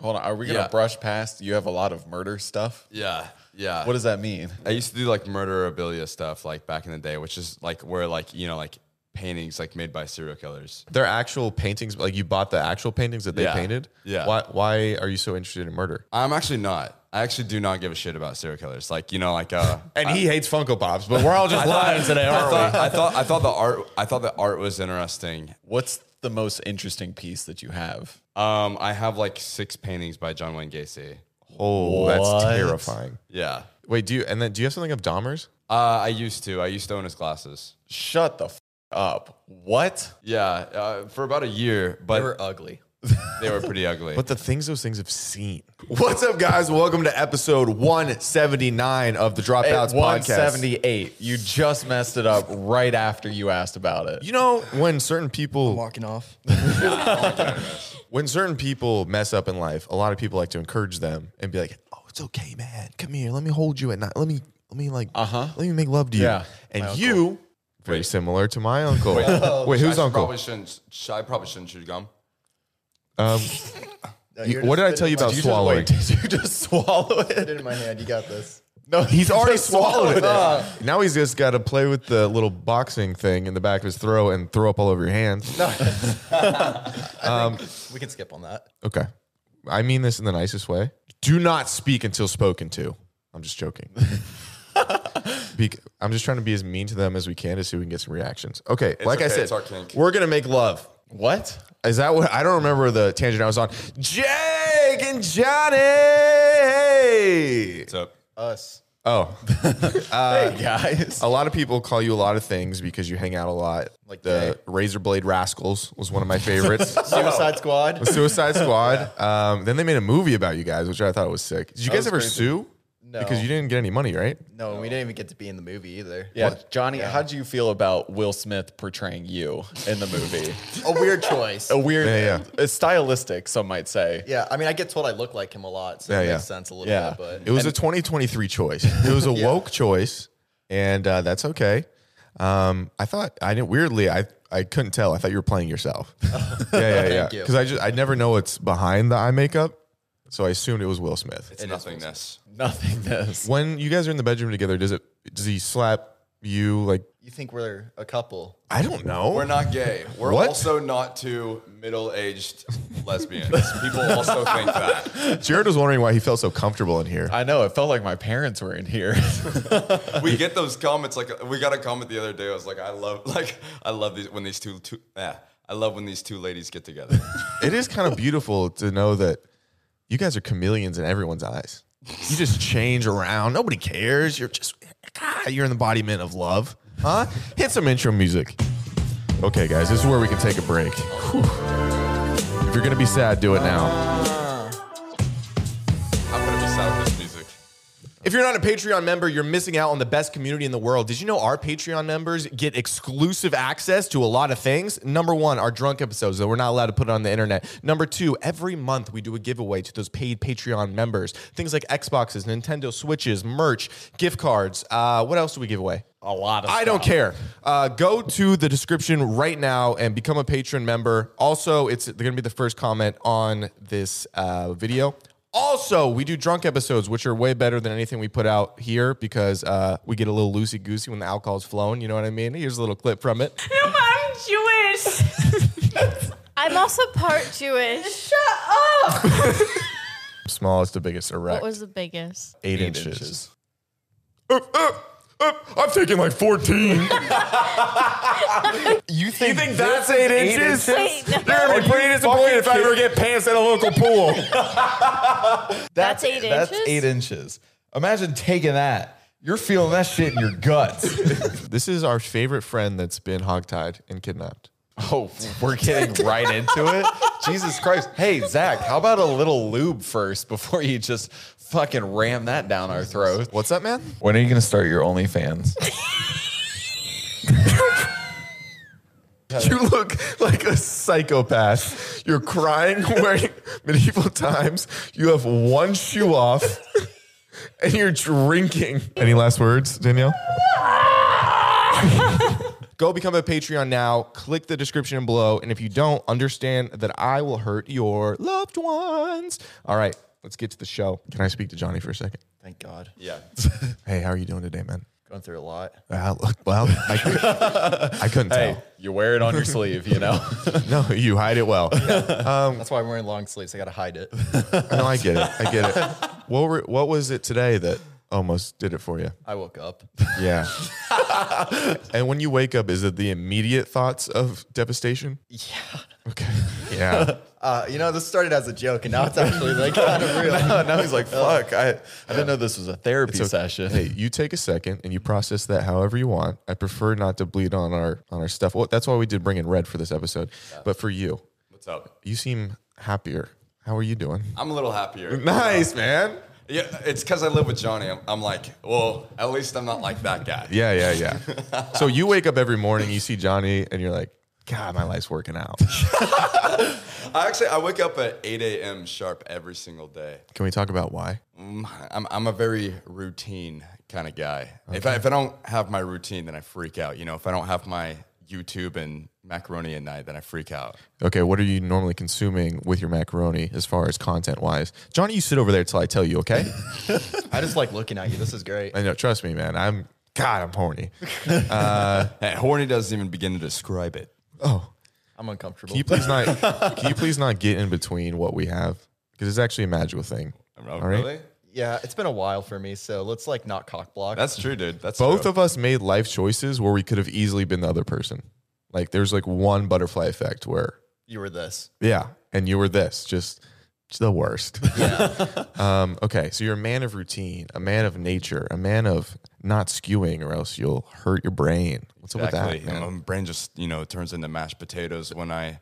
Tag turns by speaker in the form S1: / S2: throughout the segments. S1: Hold on. Are we gonna
S2: Yeah.
S1: brush past? You have a lot of murder stuff.
S2: Yeah, yeah.
S1: What does that mean?
S2: I used to do like murderabilia stuff like back in the day, which is like where like you know like paintings like made by serial killers.
S3: They're actual paintings. Like you bought the actual paintings that they
S2: Yeah.
S3: painted.
S2: Yeah.
S3: Why? Why are you so interested in murder?
S2: I'm actually not. I actually do not give a shit about serial killers. Like you know like uh.
S3: And he hates Funko Pops, but we're all just lying today,
S2: I
S3: aren't
S2: thought, I thought I thought the art I thought the art was interesting.
S1: What's the most interesting piece that you have?
S2: Um, I have like six paintings by John Wayne Gacy.
S3: we? Oh,
S1: What?
S3: that's terrifying.
S2: Yeah,
S3: Wait, do you? And then do you have something of Dahmer's?
S2: uh, I used to. I used to own his glasses.
S1: Shut the f- up. What?
S2: Yeah, uh, for about a year, but
S4: They were ugly.
S2: they were pretty ugly.
S3: But the things those things have seen. What's up, guys? Welcome to episode 179 of the
S1: Hey,
S3: Dropouts podcast.
S1: 178. You just messed it up right after you asked about it.
S3: You know when certain people
S4: Walking off.
S3: when certain people mess up in life, a lot of people like to encourage them and be like, "Oh, it's okay, man. Come here. Let me hold you at night. Let me let me like uh-huh. let me make love to you."
S1: Yeah.
S3: And you very similar to my uncle. Wait, who's
S2: I
S3: uncle?
S2: Probably shouldn't. sh- I probably shouldn't chew gum.
S3: You- what did I tell you about
S1: Did you just,
S3: swallowing?
S1: wait, did you just swallow it?
S4: Put it in my hand. You got this.
S3: No, he's already swallowed it.
S1: swallowed
S3: Now he's just got to play with the little boxing thing in the back of his throat and throw up all over your hands.
S4: We can skip on that.
S3: Okay. I mean this in the nicest way. Do not speak until spoken to. I'm just joking. Bec- I'm just trying to be as mean to them as we can to see if we can get some reactions. Okay, like I
S2: okay,
S3: said,
S2: it's our kink.
S3: we're gonna make love.
S1: What?
S3: Is that what I don't remember the tangent I was on? Jake and Johnny.
S2: What's up?
S4: Us.
S3: Oh,
S1: hey Uh, guys.
S3: a lot of people call you a lot of things because you hang out a lot. Like
S4: Like
S3: the Razor Blade Rascals was one of my favorites.
S4: Suicide Squad.
S3: Suicide Squad. Um, then they made a movie about you guys, which I thought was sick. Did you guys
S1: was
S3: ever
S1: crazy.
S3: sue?
S4: No.
S3: Because you didn't get any money, right?
S4: No, we didn't even get to be in the movie either.
S1: Yeah, Johnny, how would you feel about Will Smith portraying you in the movie?
S4: A weird choice.
S1: A weird,
S3: Yeah, yeah.
S1: It's stylistic, some might say.
S4: Yeah, I mean, I get told I look like him a lot, so
S3: Yeah,
S4: it
S3: yeah.
S4: makes sense a little
S1: Yeah.
S4: bit.
S3: It was a 2023 choice. It was a woke choice, and uh, that's okay. Um, I thought I didn't. Weirdly, I I couldn't tell. I thought you were playing yourself. yeah, yeah, yeah.
S4: Thank you.
S3: Because I just I never know what's behind the eye makeup, so I assumed it was Will Smith.
S2: It's nothingness.
S1: Nothingness.
S3: When you guys are in the bedroom together, does it does he slap you like?
S4: But you think we're a couple?
S3: I don't know.
S2: We're not gay. We're
S3: What?
S2: also not two middle-aged lesbians. People also think that
S3: Jared was wondering why he felt so comfortable in here.
S1: I know. It felt like my parents were in here.
S2: we get those comments. Like we got a comment the other day. I was like, I love, like I love these when these two, two yeah, I love when these two ladies get together.
S3: it is kind of beautiful to know that you guys are chameleons in everyone's eyes. You just change around. Nobody cares. You're just ah, you're in the embodiment of love, huh? Hit some intro music. Okay, guys, this is where we can take a break. Whew. If you're gonna be sad, do it now.
S2: I'm gonna miss out on this music.
S3: If you're not a Patreon member, you're missing out on the best community in the world. Did you know our Patreon members get exclusive access to a lot of things? Number one, our drunk episodes that we're not allowed to put on the internet. Number two, every month we do a giveaway to those paid Patreon members. Things like Xboxes, Nintendo Switches, merch, gift cards. Uh, what else do we give away?
S1: a lot of
S3: I don't care. Uh, go to the description right now and become a patron member. Also, it's they're going to be the first comment on this uh, video. Also, we do drunk episodes, which are way better than anything we put out here because uh, we get a little loosey goosey when the alcohol's flown. You know what I mean? Here's a little clip from it.
S5: No, I'm Jewish.
S6: I'm also part Jewish.
S5: Shut up.
S3: Smallest to biggest erect.
S6: What was the biggest?
S3: eight, inches. Uh,
S1: inches.
S3: Up, up, up. I'm taking like 14.
S1: You think,
S3: that's eight inches?
S6: Wait, no.
S3: You're pretty disappointed if I ever get pants at a local pool.
S6: That's eight inches?
S1: That's eight inches. Imagine taking that. You're feeling that shit in your guts.
S3: This is our favorite friend that's been hogtied and kidnapped.
S1: oh, we're getting right into it. Jesus Christ. Hey, Zach, how about a little lube first before you just fucking ram that down our throat?
S3: What's up, man?
S1: When are you going to start your OnlyFans?
S3: You look like a psychopath. You're crying wearing medieval times. You have one shoe off and you're drinking. Any last words, Danielle? Go become a Patreon now. Click the description below. And if you don't, understand that I will hurt your loved ones. All right, let's get to the show. Can I speak to Johnny for a second?
S4: Thank God.
S2: Yeah.
S3: Hey, how are you doing today, man?
S4: Going through a lot.
S3: Uh, look, well, I, cou- I couldn't
S1: Hey, you wear it on your sleeve, you know?
S3: tell. No, you hide it well.
S4: That's why I'm wearing long sleeves. I gotta hide it.
S3: No, I get it. I get it. What were, what was it today that almost did it for you?
S4: I woke up.
S3: Yeah. and when you wake up, is it the immediate thoughts of devastation? Yeah. Okay. Yeah.
S4: Uh, you know, this started as a joke, and now it's actually like kind of real. Uh,
S1: now he's like, fuck, I, I didn't know this was a therapy
S3: It's okay.
S1: session.
S3: hey, you take a second and you process that however you want. I prefer not to bleed on our on our stuff. Well, that's why we did bring in red for this episode. But for you,
S2: What's up?
S3: you seem happier. How are you doing?
S2: I'm a little happier.
S3: Nice, man.
S2: Yeah, it's because I live with Johnny. I'm, I'm like, well, at least I'm not like that guy.
S3: Yeah, yeah, yeah. so you wake up every morning, you see Johnny, and you're like, God, my life's working out.
S2: I actually I wake up at 8 a.m. sharp every single day.
S3: Can we talk about why?
S2: I'm, I'm a very routine kind of guy. If, I, if I don't have my routine, then I freak out. You know, if I don't have my YouTube and macaroni at night, then I freak out.
S3: Okay, what are you normally consuming with your macaroni as far as content wise? Johnny, you sit over there till I tell you, okay?
S4: I just like looking at you. This is great.
S3: I know, trust me, man. I'm God, I'm horny.
S2: Hey, horny doesn't even begin to describe it.
S3: Oh.
S4: I'm uncomfortable.
S3: Can you please not can you please not get in between what we have? Because it's actually a magical thing.
S2: Oh,
S3: right.
S2: really?
S4: yeah, it's been a while for me, so let's like not cock block.
S2: That's true, dude. That's
S3: Both
S2: true.
S3: of us made life choices where we could have easily been the other person. Like there's like one butterfly effect where
S4: you were this.
S3: Yeah. And you were this, just just the worst. um, okay. So you're a man of routine, a man of nature, a man of not skewing or else you'll hurt your brain. What's up
S2: exactly.
S3: with that? Man?
S2: My brain just you know turns into mashed potatoes when I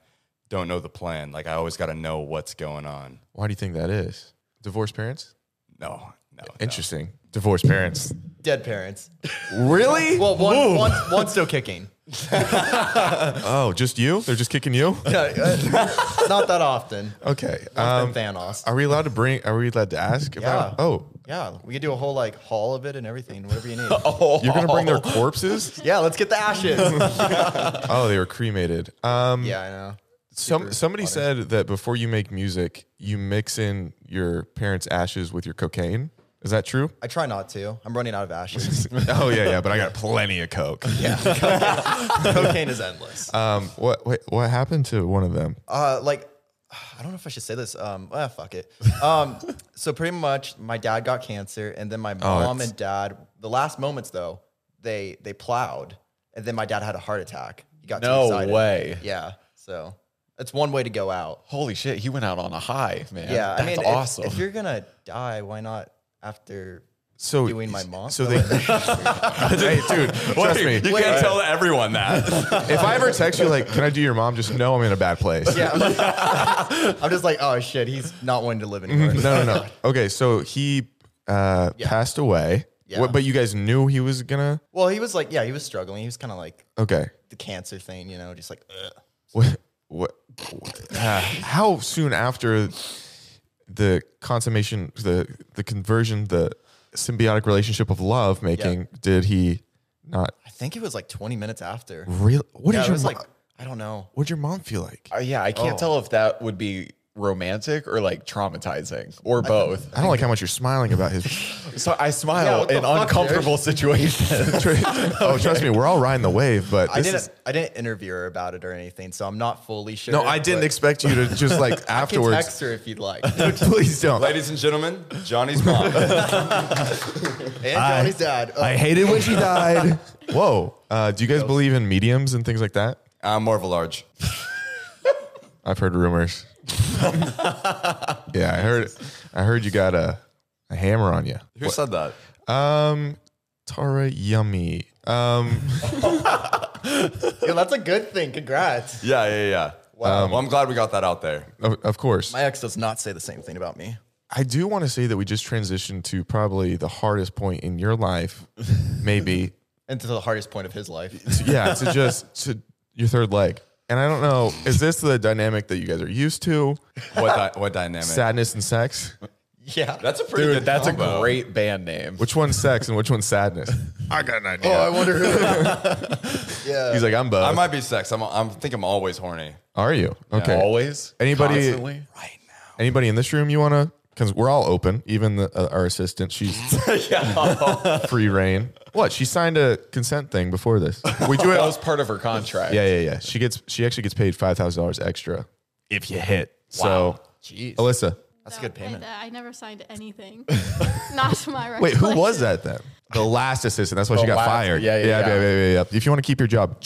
S2: don't know the plan. Like I always got to know what's going on.
S3: Why do you think that is? Divorced parents?
S2: No, no. no.
S3: Interesting. Divorced parents.
S4: Dead parents.
S3: really?
S4: Well, one, one, one's still kicking.
S3: Oh, just you? They're just kicking you?
S4: Yeah, uh, not that often.
S3: Okay.
S4: Um,
S3: Um,
S4: Thanos.
S3: are we allowed to bring are we allowed to ask about
S4: Yeah.
S3: oh
S4: Yeah, we could do a whole like haul of it and everything, whatever you need.
S1: Oh.
S3: you're gonna bring their corpses?
S4: Yeah, let's get the ashes.
S3: oh, they were cremated. Um
S4: yeah, I know.
S3: Some somebody said that before you make music, you mix in your parents' ashes with your cocaine. Is that true?
S4: I try not to. I'm running out of ashes.
S3: oh yeah, yeah. But I got plenty of coke.
S4: Cocaine is endless.
S3: Um, what wait, what happened to one of them?
S4: Uh, like, I don't know if I should say this. Um, ah, fuck it. Um, so pretty much, my dad got cancer, and then my mom
S3: it's-
S4: and dad. The last moments though, they they plowed, and then my dad had a heart attack. He got
S1: No
S4: too excited.
S1: way.
S4: Yeah. So it's one way to go out.
S1: Holy shit, he went out on a high, man.
S4: Yeah,
S1: that's
S4: I mean, if-
S1: awesome.
S4: If, you're gonna die, why not after?
S3: So
S4: Doing my mom?
S3: So they, hey dude, trust me.
S2: You can't tell everyone that.
S3: If I ever text you like, "Can I do your mom?" Just know I'm in a bad place.
S4: Yeah. I'm just- I'm just like, oh shit, he's not wanting to live anymore.
S3: No, no, no. Okay, so he uh, passed away.
S4: Yeah.
S3: What, but you guys knew he was gonna.
S4: Well, he was like, yeah, he was struggling. He was kind of like
S3: Okay.
S4: the cancer thing, you know, just like, ugh.
S3: What? What? ah, how soon after the consummation, the the conversion, the symbiotic relationship of love making, did he not
S4: I think it was like 20 minutes after.
S3: really? What did
S4: Yeah, it
S3: your
S4: was
S3: mo-
S4: like, I don't know.
S3: What did your mom feel like?
S1: Uh, yeah, I can't
S2: Oh.
S1: tell if that would be romantic or like traumatizing or both.
S3: I don't like how much you're smiling about his.
S1: So I
S4: Yeah,
S1: smile
S4: what the
S1: in
S4: fuck,
S1: uncomfortable situations.
S3: Oh, trust me, we're all riding the wave, but
S4: I
S3: this
S4: didn't,
S3: is-
S4: I didn't interview her about it or anything, so I'm not fully sure.
S3: no, I didn't
S4: but
S3: expect you to just like
S4: You can
S3: afterwards.
S4: text her if you'd like.
S3: Please don't.
S2: Ladies and gentlemen, Johnny's mom.
S4: And Johnny's dad. Uh,
S3: hated when she died. Whoa. Uh, do you guys believe in mediums and things like that?
S2: I'm more of a large.
S3: I've heard rumors. yeah, I heard. I heard you got a, a hammer on you.
S2: Who said that?
S3: Um, Tara Yummy. Um,
S4: yo, that's a good thing. Congrats.
S2: Yeah, yeah, yeah. Wow. well, I'm glad we got that out there.
S3: of, of course.
S4: My ex does not say the same thing about me.
S3: I do want to say that we just transitioned to probably the hardest point in your life, maybe.
S4: And to the hardest point of his life.
S3: to- yeah, to just to your third leg. And I don't know, is this the dynamic that you guys are used to?
S2: What, di- what dynamic?
S3: Sadness and sex.
S4: Yeah.
S2: That's a pretty
S1: Dude,
S2: good
S1: that's
S2: combo.
S1: a great band name.
S3: Which one's sex and which one's sadness? I got an idea.
S4: I wonder who. yeah.
S3: He's like, I'm
S2: I
S3: both.
S2: might be sex. I'm, I'm think I'm always horny.
S3: Are you okay?
S1: Always?
S3: Anybody-
S1: Constantly?
S3: Anybody in this room you want to? Because we're all open. Even the, uh, our assistant, she's free reign. What? She signed a consent thing before this. We do it.
S1: That was part of her contract.
S3: yeah, yeah, yeah. She gets. She actually gets paid five thousand dollars extra if you hit. So,
S1: Jeez.
S3: Alyssa,
S4: That's a good payment.
S7: I, I never signed anything. Not to my record.
S3: wait, who was that then? The last assistant. That's why she got
S1: last-
S3: fired.
S1: yeah, yeah,
S3: yeah,
S1: yeah.
S3: yeah, yeah, yeah. If you want to keep your job,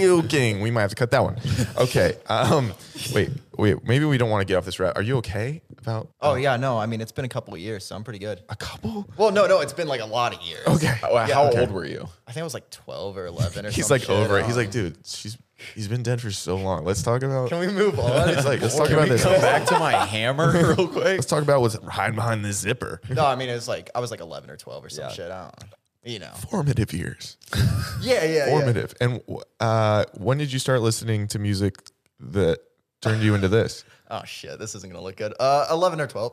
S3: joking. We might have to cut that one. Okay. Um. Wait. Wait. Maybe we don't want to get off this route. Are you okay about
S4: Oh yeah, no. I mean, it's been a couple of years, so I'm pretty good.
S3: a couple?
S4: Well, no, no, it's been like a lot of years.
S3: Okay.
S1: How, how old were you?
S4: I think I was like 12 or 11 or
S3: He's
S4: some
S3: like
S4: shit.
S3: over it. He's
S4: Um,
S3: like, dude, she's he's been dead for so long. Let's talk about.
S4: can we move on?
S3: It's like let's talk about this.
S1: Come back to my hammer real quick.
S3: Let's talk about what's hiding behind this zipper.
S4: no, I mean, it was like I was like 11 or 12 or some shit. I don't. know. You know.
S3: Formative years.
S4: Yeah, yeah,
S3: Formative. And uh, when did you start listening to music that turned you into this?
S4: Oh shit, this isn't gonna look good. Uh, 11 or 12.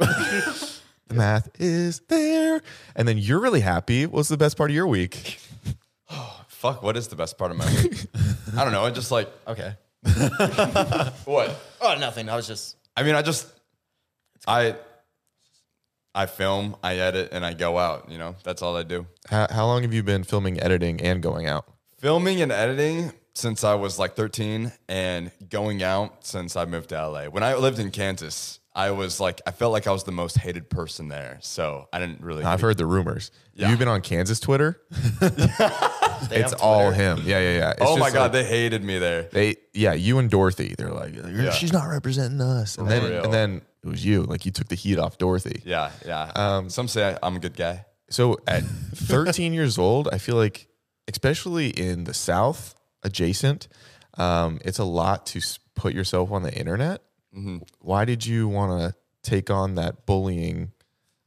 S3: The math is there. And then you're really happy. What's the best part of your week?
S2: Fuck. What is the best part of my week? I don't know. I just like
S4: okay.
S2: what.
S4: Oh, nothing. I was just.
S2: I mean, I just, I, I film, I edit, and I go out. You know, that's all I do.
S3: How, how long have you been filming, editing, and going out?
S2: Filming and editing since I was like 13, and going out since I moved to LA. When I lived in Kansas, I was like, I felt like I was the most hated person there. So I didn't really.
S3: I've heard the rumors.
S2: Yeah.
S3: You've been on Kansas Twitter.
S4: They
S3: It's
S4: have
S3: all
S4: Twitter.
S3: him. Yeah, yeah, yeah. It's
S2: oh my
S3: just
S2: god,
S3: like-
S2: they hated me there.
S3: they yeah, you and Dorothy. They're like, she's not representing us. And then
S2: real.
S3: and then it was you. Like you took the heat off Dorothy.
S2: Yeah, yeah.
S3: Um,
S2: Some say I, I'm a good guy.
S3: So at 13 years old, I feel like, especially in the South, adjacent, um, it's a lot to s- put yourself on the internet.
S2: Mm-hmm.
S3: Why did you want to take on that bullying?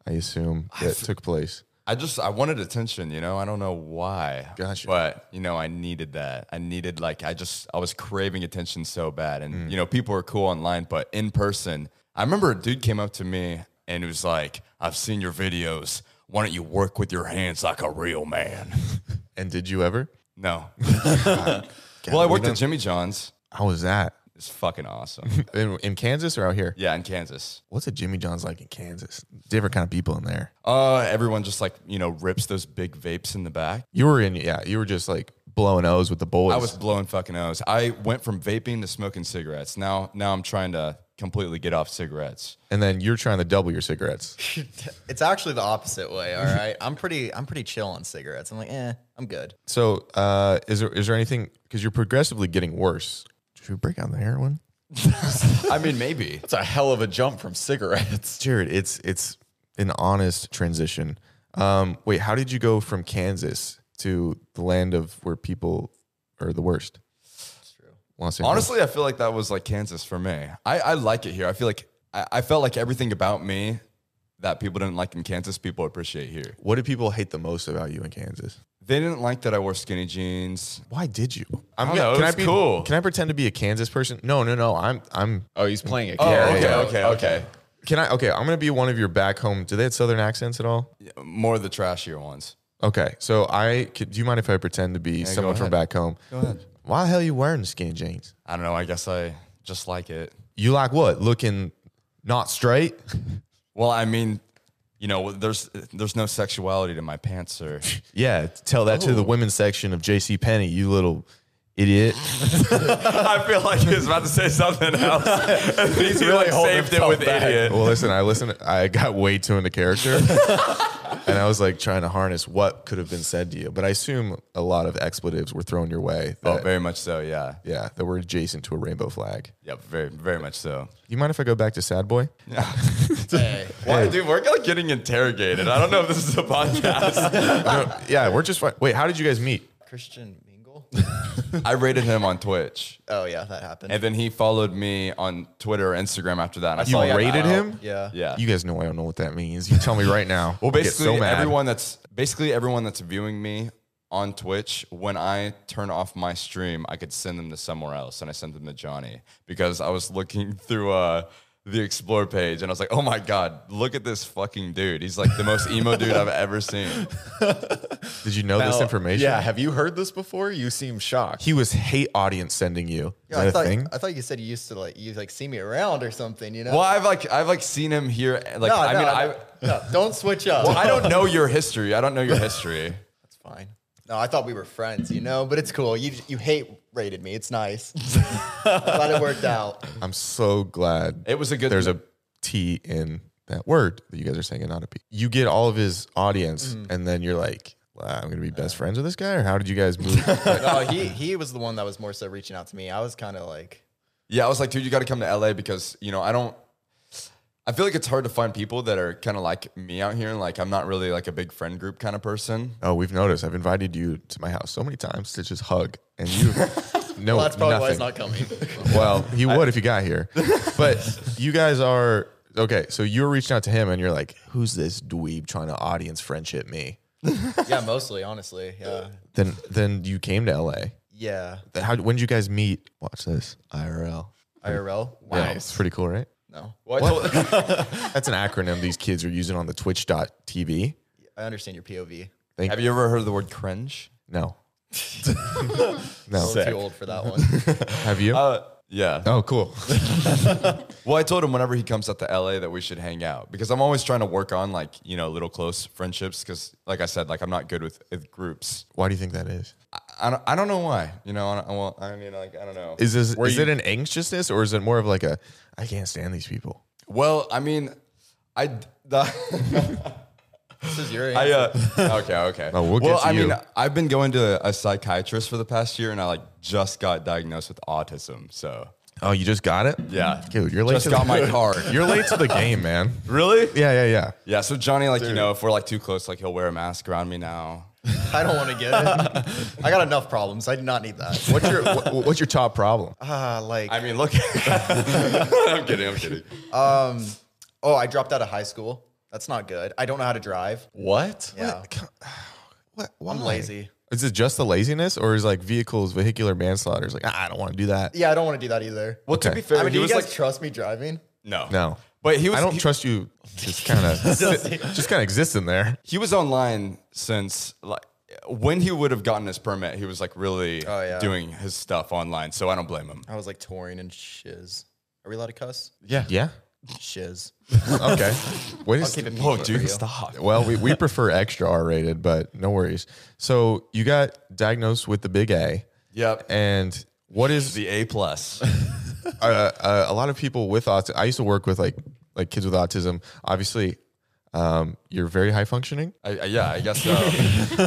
S3: I assume that took place.
S2: I just I wanted attention, you know. I don't know why.
S3: Gotcha.
S2: But you know, I needed that. I needed like I just I was craving attention so bad. And you know, people are cool online, but in person, I remember a dude came up to me and he was like, "I've seen your videos. Why don't you work with your hands like a real man?"
S3: And did you ever?
S2: no. well, I worked at Jimmy John's.
S3: How was that
S2: It's fucking awesome.
S3: in, in Kansas or out here?
S2: yeah, in Kansas.
S3: What's a Jimmy John's like in Kansas? Different kind of people in there.
S2: Uh, everyone just like you know rips those big vapes in the back.
S3: You were in, yeah. You were just like blowing O's with the boys.
S2: I was blowing fucking O's. I went from vaping to smoking cigarettes. Now, now I'm trying to completely get off cigarettes.
S3: and then you're trying to double your cigarettes.
S4: It's actually the opposite way. All right, I'm pretty. I'm pretty chill on cigarettes. I'm like, eh, I'm good.
S3: So, uh, is there is there anything because you're progressively getting worse? Should we break out the heroin,
S2: I mean, maybe.
S1: It's a hell of a jump from cigarettes.
S3: Jared? It's it's an honest transition. Um, wait, how did you go from Kansas to the land of where people are the worst? That's true.
S2: Honestly, I feel like that was like Kansas for me. I, I like it here. I feel like I, I felt like everything about me that people didn't like in Kansas, people appreciate here.
S3: what do people hate the most about you in Kansas?
S2: They didn't like that I wore skinny jeans.
S3: Why did you? I'm
S2: I don't know, it was
S3: I be,
S2: cool.
S3: Can I pretend to be a Kansas person? No, no, no. I'm I'm.
S1: Oh, he's playing a
S2: okay,
S1: character.
S2: okay, okay,
S3: Can I? Okay, I'm gonna be one of your back home. Do they have southern accents at all?
S2: More of the trashier ones.
S3: Okay, so I could, do you mind if I pretend to be someone
S2: go
S3: from
S2: ahead.
S3: back home? Go ahead. Why the hell you wearing skinny jeans?
S2: I don't know. I guess I just like it.
S3: You like what? Looking not straight?
S2: Well, I mean, you know, there's there's no sexuality to my pants, sir.
S3: Yeah, tell that to the women's section of J.C. Penney, you little idiot.
S2: I feel like he was about to say something else. He's really saved it with idiot.
S3: well, listen, I listened. I got way too into character, and I was like trying to harness what could have been said to you. But I assume a lot of expletives were thrown your way.
S2: Oh,
S3: that-
S2: very much so. Yeah.
S3: yeah, that were adjacent to a rainbow flag.
S2: Yeah. Very, very much so.
S3: You mind if I go back to Sad Boy?
S4: Hey,
S2: Why, dude? We're like getting interrogated. I don't know if this is a podcast.
S3: No, yeah, we're just fine. Wait, how did you guys meet?
S4: Christian Mingle.
S2: I rated him on Twitch,
S4: Oh yeah, that happened.
S2: and then he followed me on Twitter or Instagram after Oh, that. And I
S3: You
S2: saw he had-
S3: rated him?
S4: yeah.
S2: Yeah.
S3: You guys know I don't know what that means. You tell me right now.
S2: well,
S3: I get
S2: basically,
S3: so mad.
S2: everyone that's basically everyone that's viewing me on Twitch. When I turn off my stream, I could send them to somewhere else, and I sent them to Johnny because I was looking through uh the explore page, and I was like, oh my god, look at this fucking dude. He's like the most emo dude I've ever seen.
S3: Did you know this
S1: Now,
S3: information?
S1: Yeah. Have you heard this before? You seem shocked.
S3: He was hate audience sending you. Is
S4: I
S3: that
S4: thought uh,
S3: a thing?
S4: I thought you said you used to like you like see me around or something. You know?
S2: Well, I've like I've like seen him here. Like
S4: No,
S2: I
S4: no,
S2: mean, I
S4: no, don't switch up.
S2: I don't know your history. I don't know your history.
S4: It's fine. No, I thought we were friends, you know, but it's cool. You you hate rated me. It's nice. Glad it worked out.
S3: I'm so glad
S2: It was a good.
S3: there's a T in that word that you guys are saying, and not a P. You get all of his audience, and then you're like, wow, I'm going to be best friends with this guy? Or how did you guys move?
S4: No, he he was the one that was more so reaching out to me. I was kind of like,
S2: Yeah, I was like, dude, you got to come to LA because you know I don't. I feel like it's hard to find people that are kind of like me out here, and like I'm not really like a big friend group kind of person.
S3: oh, we've noticed. I've invited you to my house so many times to just hug, and you. No,
S4: well, that's probably why
S3: nothing.
S4: he's not coming.
S3: Well, he would if he got here. But you guys are okay. So you were reaching out to him, and you're like, "Who's this dweeb trying to audience friendship me?"
S4: yeah, mostly, honestly. Yeah.
S3: Then, then you came to LA.
S4: Yeah.
S3: Then How? When did you guys meet? Watch this IRL.
S4: IRL. Wow.
S3: Yeah, it's pretty cool, right?
S4: No.
S2: Well, I, told,
S3: That's an acronym these kids are using on the Twitch.tv.
S4: I understand your POV.
S2: have you ever heard of the word cringe?
S3: No,
S4: I'm
S3: no.
S4: too old for that one.
S3: Have you?
S2: Uh, yeah.
S3: oh, cool.
S2: Well, I told him whenever he comes out to LA that we should hang out because I'm always trying to work on like you know little close friendships because like I said, like I'm not good with, with groups.
S3: Why do you think that is?
S2: I don't, I don't know why. You know, I, don't, well, I mean, like I don't know.
S3: Is this is it an anxiousness or is it more of like a I can't stand these people?
S2: well, I mean, I. d- The,
S4: this is your
S2: I,
S4: answer.
S2: uh, okay, okay.
S3: Oh, we'll get to
S2: I
S3: you.
S2: mean, I've been going to a psychiatrist for the past year, and I like just got diagnosed with autism. So
S3: Oh, you just got it?
S2: yeah,
S3: Dude, you're late
S2: just
S3: to the-
S2: got my card.
S3: You're late to the game, man.
S2: really?
S3: Yeah, yeah, yeah.
S2: Yeah. So Johnny, like you know, if we're like too close, like he'll wear a mask around me now.
S4: I don't want to get it. I got enough problems. I do not need that.
S3: What's your what, what's your top problem?
S4: Uh, like,
S2: I mean, look. I'm kidding. I'm kidding.
S4: oh, I dropped out of high school. That's not good. I don't know how to drive.
S1: What?
S4: Yeah.
S3: What,
S4: I'm
S3: why?
S4: lazy.
S3: Is it just the laziness, or is like vehicles, vehicular manslaughter? Is like "Ah, I don't want to do that.
S4: Yeah, I don't want to do that either.
S2: Well, to
S3: Okay.
S2: be fair,
S4: I mean,
S2: he
S4: do you
S2: was
S4: guys
S2: like,
S4: trust me driving?
S2: no,
S3: No,
S2: But he was.
S3: I don't
S2: he-
S3: trust you. Just kind of just kind of exist in there.
S2: he was online since like when he would have gotten his permit, he was like really
S4: Oh, yeah.
S2: doing his stuff online. So I don't blame him.
S4: I was like touring and shiz. Are we allowed to cuss?
S1: Yeah.
S3: Yeah.
S4: Shiz.
S3: Okay. Wait a
S4: Keep it
S3: second.
S2: Whoa,
S4: PG for
S2: dude,
S4: you.
S2: stop.
S3: Well, we, we prefer extra R rated, but no worries. So you got diagnosed with the big A,
S2: Yep.
S3: and what is
S2: The A plus.
S3: uh, uh, a lot of people with autism. I used to work with like like kids with autism. Obviously, um, you're very high functioning,
S2: I, I, yeah, I guess so.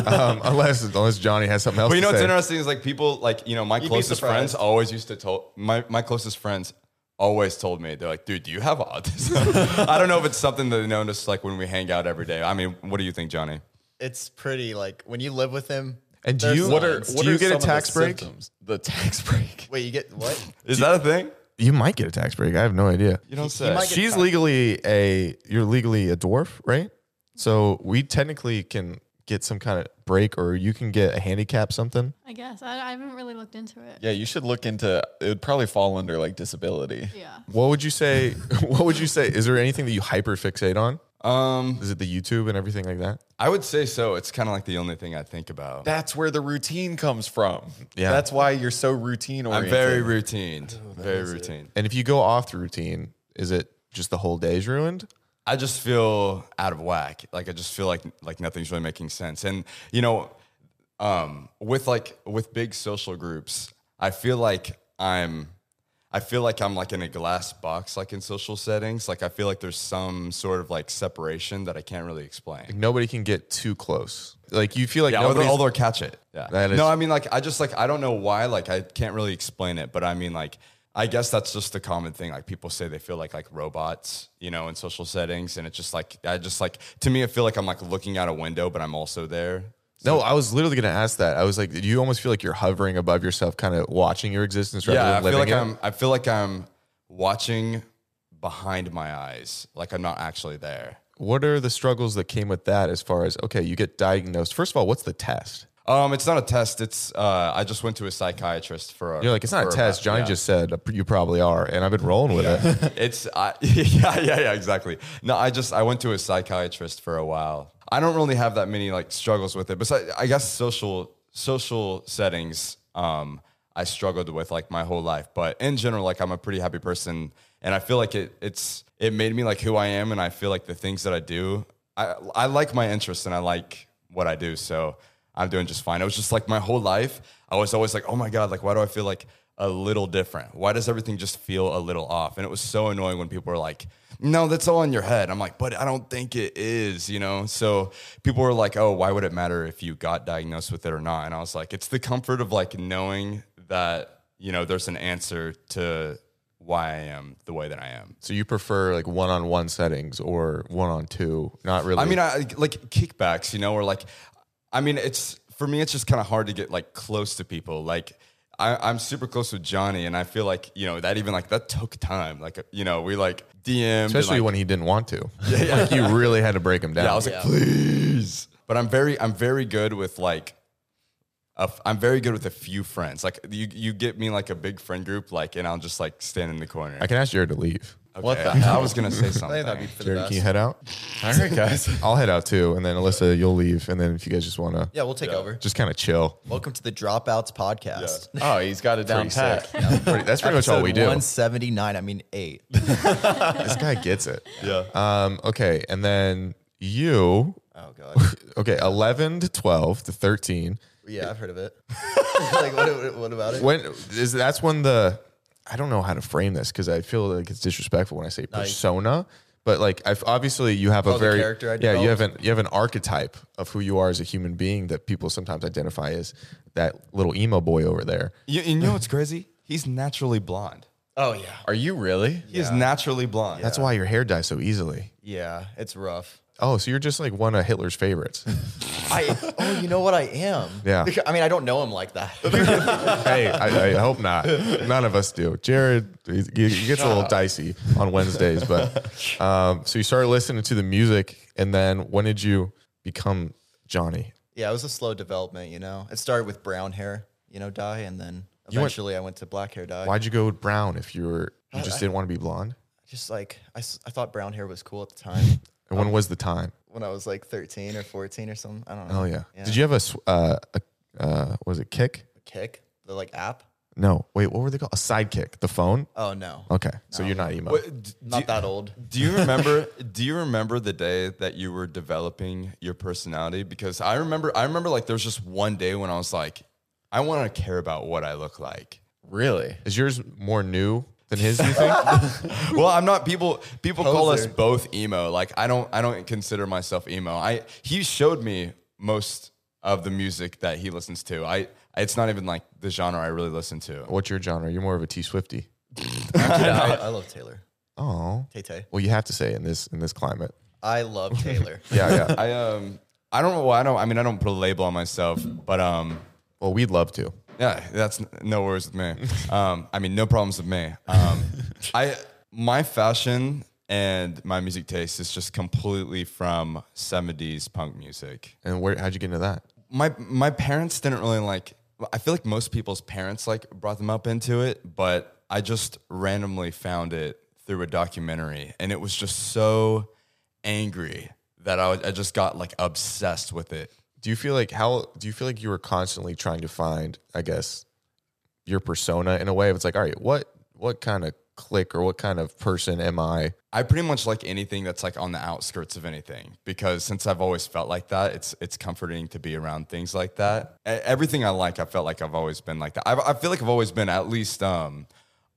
S3: um, unless unless Johnny has something else.
S2: But you
S3: to
S2: know what's
S3: say.
S2: interesting is like people like you know my
S4: be
S2: closest friends
S4: surprised.
S2: always used to tell my my closest friends always told me they're like, dude, do you have autism? I don't know if it's something that they notice like when we hang out every day. I mean, what do you think, Johnny?
S4: It's pretty like when you live with him.
S3: And do
S4: there's
S3: you what are,
S4: lines.
S3: do you get
S1: some
S3: a
S1: of the
S3: tax break?
S1: symptoms? The tax break.
S4: Wait, you get what?
S2: Is that a thing?
S3: You might get a tax break. I have no idea.
S2: You don't say.
S4: might get-
S3: She's
S4: tax-
S3: legally a you're legally a dwarf, right? So we technically can get some kind of break, or you can get a handicap something.
S7: I guess. I, I haven't really looked into it.
S1: Yeah, you should look into. It would probably fall under like disability.
S7: Yeah.
S3: What would you say? What would you say? Is there anything that you hyper fixate on?
S2: um,
S3: Is it the YouTube and everything like that?
S2: I would say so. It's kind of like the only thing I think about.
S1: That's where the routine comes from.
S3: Yeah.
S1: That's why you're so routine
S2: I'm
S1: oriented.
S2: very routine. Very routine.
S3: And if you go off the routine, is it just the whole day's ruined?
S2: I just feel out of whack. Like I just feel like like nothing's really making sense. And you know, um, with like with big social groups, I feel like I'm I feel like I'm like in a glass box like in social settings. Like I feel like there's some sort of like separation that I can't really explain.
S3: Nobody can get too close. Like you feel like
S2: Yeah, or
S3: nobody's
S2: they'll, or they'll catch it. Yeah.
S3: That is-
S2: no, I mean like I just like I don't know why. Like I can't really explain it, but I mean like I guess that's just the common thing. Like people say they feel like like robots, you know, in social settings, and it's just like I just like to me, I feel like I'm like looking out a window, but I'm also there.
S3: No, I was literally going to ask that. I was like, do you almost feel like you're hovering above yourself, kind of watching your existence rather
S2: yeah, I
S3: than
S2: feel
S3: living
S2: like
S3: it?
S2: I'm. I feel like I'm watching behind my eyes, like I'm not actually there.
S3: what are the struggles that came with that as far as, okay, you get diagnosed? First of all, what's the test?
S2: Um, it's not a test. It's uh, I just went to a psychiatrist for. A,
S3: You're like, it's not a
S2: for
S3: test.
S2: ma-
S3: Johnny
S2: yeah.
S3: just said you probably are, and I've been rolling with it.
S2: It's I, yeah, yeah, yeah, exactly. No, I just I went to a psychiatrist for a while. I don't really have that many like struggles with it, but I, I guess social social settings um I struggled with like my whole life. But in general, like I'm a pretty happy person, and I feel like it it's it made me like who I am, and I feel like the things that I do, I I like my interests and I like what I do, so I'm doing just fine. It was just like my whole life, I was always like, oh my god, like why do I feel like a little different? Why does everything just feel a little off? And it was so annoying when people were like, no, that's all in your head. I'm like, but I don't think it is, you know? So people were like, oh, why would it matter if you got diagnosed with it or not? And I was like, it's the comfort of like knowing that, you know, there's an answer to why I am the way that I am.
S3: so you prefer like one-on-one settings or one-on-two? Not really.
S2: I mean, I like kickbacks, you know, or like, I mean, it's for me, it's just kind of hard to get like close to people. Like, I, I'm super close with Johnny, and I feel like you know that even like that took time. Like, you know, we like DM,
S3: especially when he didn't want to. like you really had to break him down.
S2: yeah, I was like, please. But I'm very, I'm very good with like, a f- I'm very good with a few friends. Like, you, you get me like a big friend group, like, and I'll just like stand in the corner.
S3: I can ask Jared to leave.
S6: What the
S2: I was gonna say
S4: I think that'd be
S2: something.
S4: for the
S3: Jared,
S4: best.
S3: can you head out?
S2: All right, guys.
S3: I'll head out too, and then Alyssa, you'll leave, and then if you guys just want to,
S4: Yeah, we'll take over.
S3: just kind of chill.
S4: Welcome to the Dropouts podcast.
S1: Oh, he's got it down
S2: Pretty sick.
S1: pat.
S3: Pretty- that's pretty much all
S4: Episode
S3: we do.
S4: 179. I mean, eight.
S3: This guy gets it.
S2: Yeah.
S3: Um, okay, and then you,
S4: Oh god.
S3: okay, eleven to twelve to thirteen.
S4: Yeah, I've heard of it. like, what, what about it?
S3: When is that's when the I don't know how to frame this because I feel like it's disrespectful when I say persona, but like I've obviously you have
S4: Oh,
S3: a
S4: the
S3: very
S4: character I
S3: yeah you have
S4: developed?
S3: an you have an archetype of who you are as a human being that people sometimes identify as that little emo boy over there.
S2: You, you know what's crazy? He's naturally blonde.
S4: Oh yeah,
S1: Are you really?
S2: He is naturally blonde.
S3: That's why your hair dies so easily.
S4: yeah, it's rough.
S3: Oh, so you're just like one of Hitler's favorites.
S4: I oh, you know what I am.
S3: Yeah.
S4: I mean, I don't know him like that.
S3: hey, I, I hope not. None of us do. Jared, he, he gets a little dicey on Wednesdays, but um, so you started listening to the music, and then when did you become Johnny?
S4: yeah, it was a slow development. You know, it started with brown hair, you know, dye, and then eventually I went to black hair dye.
S3: Why'd you go with brown if you were you just didn't want to be blonde?
S4: Just like I, s- I thought brown hair was cool at the time
S3: And when was the time?
S4: when I was like 13 or 14 or something. I don't know.
S3: Oh yeah. Did you have a sw- uh, a uh, was it kick?
S4: kick the like app?
S3: No, wait, what were they called? A sidekick? The phone?
S4: Oh no,
S3: Okay, so you're not emo.
S2: What- d-
S4: not that old.
S2: Do you remember? do you remember the day that you were developing your personality? Because I remember, I remember like there was just one day when I was like, I want to care about what I look like.
S1: Really?
S3: Is yours more new than his? You think?
S2: Well, I'm not. People, people call us both emo. Like I don't, I don't consider myself emo. I he showed me most of the music that he listens to. I it's not even like the genre I really listen to.
S3: What's your genre? You're more of a T Swifty.
S4: I, I love Taylor.
S3: Oh,
S4: Tay Tay.
S3: well, you have to say in this in this climate.
S4: I love Taylor.
S3: Yeah, yeah.
S2: I um, I don't know. why I don't. I mean, I don't put a label on myself, but um,
S3: Well, we'd love to.
S2: Yeah, that's n- no worries with me. Um, I mean, no problems with me. Um, I my fashion and my music taste is just completely from '70s punk music.
S3: And where? How'd you get into that?
S2: My my parents didn't really like. I feel like most people's parents like brought them up into it, but I just randomly found it through a documentary, and it was just so angry that I, was- I just got like obsessed with it.
S3: Do you feel like how? Do you feel like you were constantly trying to find? I guess your persona in a way. It's like, all right, what what kind of click or what kind of person am I?
S2: I pretty much like anything that's like on the outskirts of anything because since I've always felt like that, it's it's comforting to be around things like that. E- Everything I like, I felt like I've always been like that. I've, I feel like I've always been at least um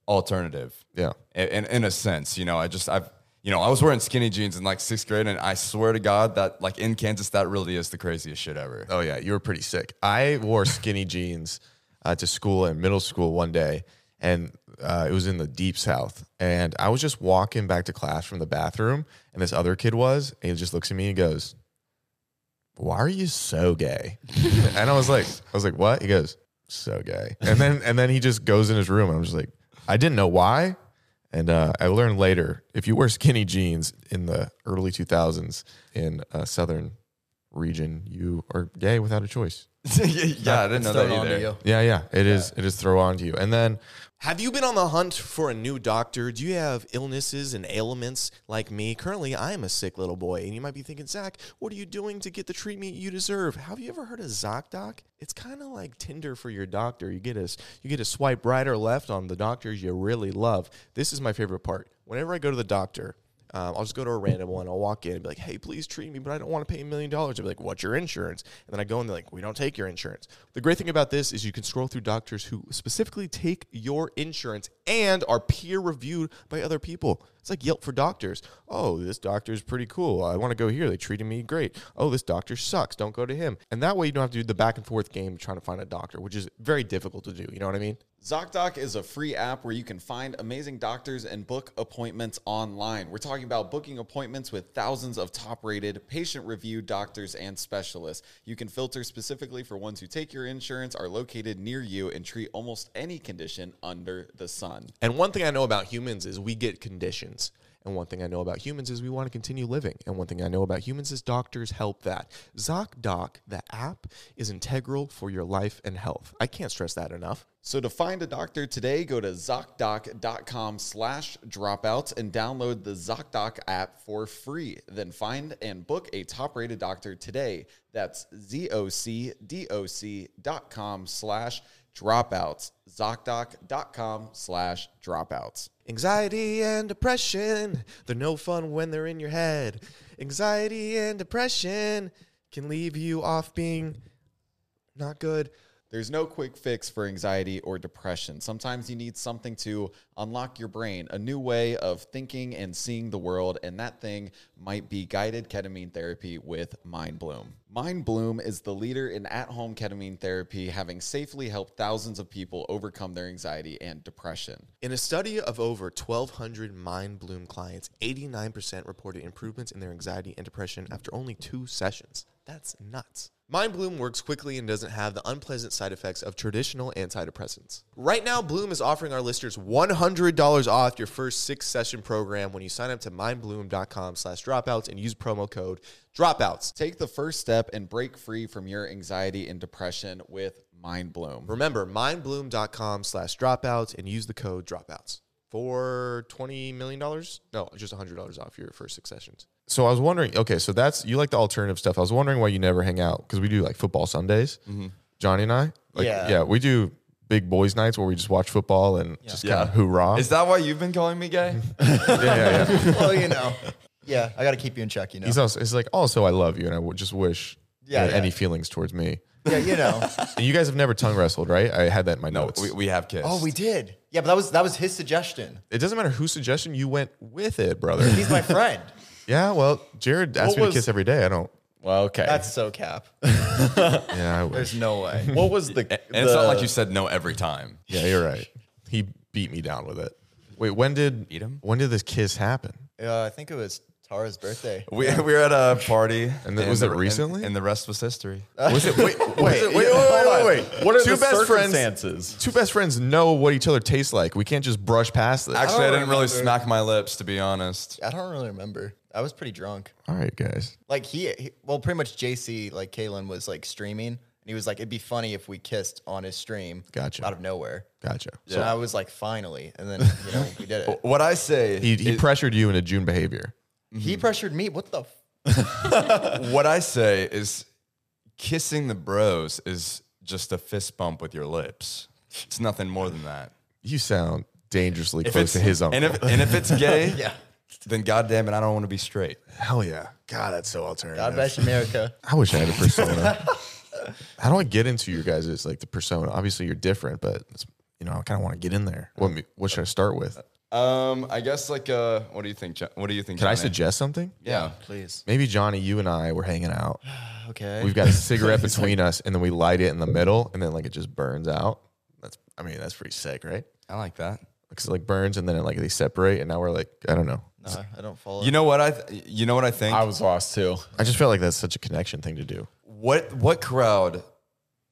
S2: alternative.
S3: Yeah.
S2: In, in in a sense, you know, I just I've you know I was wearing skinny jeans in like sixth grade, and I swear to God that like in Kansas, that really is the craziest shit ever.
S3: Oh yeah, you were pretty sick. I wore skinny jeans uh, to school in middle school one day, and uh, it was in the deep south. And I was just walking back to class from the bathroom, and this other kid was, and he just looks at me and goes, "Why are you so gay?" and I was like, I was like, "What?" He goes, "So gay." And then and then he just goes in his room, and I'm just like, I didn't know why. And uh, I learned later, if you wear skinny jeans in the early 2000s in uh, southern region, you are gay without a choice.
S2: yeah, I didn't know that either.
S3: Yeah, yeah, it is. It is throw on to you. And then, have you been on the hunt for a new doctor? Do you have illnesses and ailments like me? Currently, I am a sick little boy, and you might be thinking, Zach, what are you doing to get the treatment you deserve? Have you ever heard of ZocDoc? It's kind of like Tinder for your doctor. You get a you get a swipe right or left on the doctors you really love. This is my favorite part. Whenever I go to the doctor, um, I'll just go to a random one. I'll walk in and be like, hey, please treat me, but I don't want to pay a million dollars. I'll be like, what's your insurance? And then I go and they're like, we don't take your insurance. The great thing about this is you can scroll through doctors who specifically take your insurance and are peer reviewed by other people. It's like Yelp for doctors. Oh, this doctor's pretty cool. I want to go here. They treated me great. Oh, this doctor sucks. Don't go to him. And that way you don't have to do the back and forth game of trying to find a doctor, which is very difficult to do. You know what I mean?
S1: ZocDoc is a free app where you can find amazing doctors and book appointments online. We're talking about booking appointments with thousands of top rated, patient reviewed doctors and specialists. You can filter specifically for ones who take your insurance, are located near you, and treat almost any condition under the sun.
S3: And one thing I know about humans is we get conditions. And one thing I know about humans is we want to continue living. And one thing I know about humans is doctors help that. ZocDoc, the app, is integral for your life and health. I can't stress that enough.
S1: So to find a doctor today, go to ZocDoc.com slash dropouts and download the ZocDoc app for free. Then find and book a top-rated doctor today. That's Z-O-C-D-O-C dot com slash dropouts. ZocDoc.com slash dropouts.
S3: Anxiety and depression, they're no fun when they're in your head. Anxiety and depression can leave you off being not good.
S1: There's no quick fix for anxiety or depression. Sometimes you need something to unlock your brain, a new way of thinking and seeing the world, and that thing might be guided ketamine therapy with Mind Bloom. Mind Bloom is the leader in at home ketamine therapy, having safely helped thousands of people overcome their anxiety and depression.
S3: In a study of over 1,200 Mind Bloom clients, 89% reported improvements in their anxiety and depression after only two sessions. That's nuts. Mind Bloom works quickly and doesn't have the unpleasant side effects of traditional antidepressants. Right now, Bloom is offering our listeners $100 off your first six-session program when you sign up to mindbloom.com slash dropouts and use promo code DROPOUTS.
S1: Take the first step and break free from your anxiety and depression with Mind Bloom.
S3: Remember, mindbloom.com slash dropouts and use the code dropouts for $20 million. No, just $100 off your first six sessions. So I was wondering, okay, so that's, you like the alternative stuff. I was wondering why you never hang out because we do like football Sundays,
S2: Mm-hmm.
S3: Johnny and I. Like,
S4: Yeah.
S3: Yeah, we do big boys nights where we just watch football and just kind of
S2: Yeah.
S3: hoorah.
S2: Is that why you've been calling me gay?
S3: yeah, yeah, yeah.
S4: well, you know. Yeah, I got to keep you in check, you know.
S3: He's also, he's like, also, I love you and I would just wish
S4: Yeah,
S3: you had
S4: yeah.
S3: any feelings towards me.
S4: yeah, you know.
S3: And you guys have never tongue wrestled, right? I had that in my
S2: no,
S3: notes.
S2: we, we have kids.
S4: Oh, we did. Yeah, but that was that was his suggestion.
S3: it doesn't matter whose suggestion you went with it, brother.
S4: He's my friend.
S3: yeah, well, Jared asked
S1: What
S3: me to
S1: was-
S3: kiss every day. I don't.
S1: Well, okay.
S4: That's so cap.
S3: Yeah, I wish.
S4: There's no way.
S1: what was the.
S2: and it's not
S1: the-
S2: like you said no every time.
S3: Yeah, you're right. He beat me down with it. Wait, when did
S2: Beat him?
S3: When did this kiss happen?
S4: Uh, I think it was Tara's birthday.
S2: We, we were at a party.
S3: And th- was it
S2: the-
S3: recently?
S2: And, the rest was history.
S3: Was it? Wait, wait, wait, wait, wait,
S1: Hold
S3: wait,
S1: on.
S3: wait.
S1: What are
S3: two
S1: the
S3: best friends?
S1: circumstances?
S3: Two best friends know what each other tastes like. We can't just brush past this.
S2: Actually, I, didn't really
S4: remember.
S2: smack my lips, to be honest.
S4: I don't really remember. I was pretty drunk.
S3: All right, guys.
S4: Like he, he well, pretty much JC, like Kalen was like streaming, and he was like, "It'd be funny if we kissed on his stream."
S3: Gotcha.
S4: Out of nowhere.
S3: Gotcha.
S4: So I was like, "Finally!" And then you know we did it.
S2: What I say,
S3: He, he
S2: is-
S3: pressured you into June behavior. mm-hmm.
S4: He pressured me. What the? F-
S2: what I say is kissing the bros is just a fist bump with your lips. It's nothing more than that.
S3: You sound dangerously
S2: If
S3: close to
S2: it's-
S3: his uncle.
S2: And if, and if it's gay,
S4: yeah.
S2: then goddamn it, I don't want to be straight.
S3: Hell yeah. God, that's so alternative.
S4: God bless America.
S3: I wish I had a persona. How do I get into your guys' like the persona? Obviously, you're different, but it's, you know, I kind of want to get in there. What, me- what should I start
S1: Uh,
S3: with?
S2: Um, I guess like uh, what do you think? Jo- What do you think?
S3: Can I
S2: Johnny?
S3: suggest something?
S2: Yeah.
S4: Please.
S3: Maybe Johnny, you and I were hanging out.
S4: Okay.
S3: We've got a cigarette between us, and then we light it in the middle, and then like it just burns out. That's, I mean, that's pretty sick, right?
S2: I like that.
S3: Because it like burns, and then it, like they separate, and now we're like, I don't know.
S4: Uh, I don't follow.
S2: You know what I? Th- you know what I think?
S1: I was lost too.
S3: I just felt like that's such a connection thing to do.
S2: what what crowd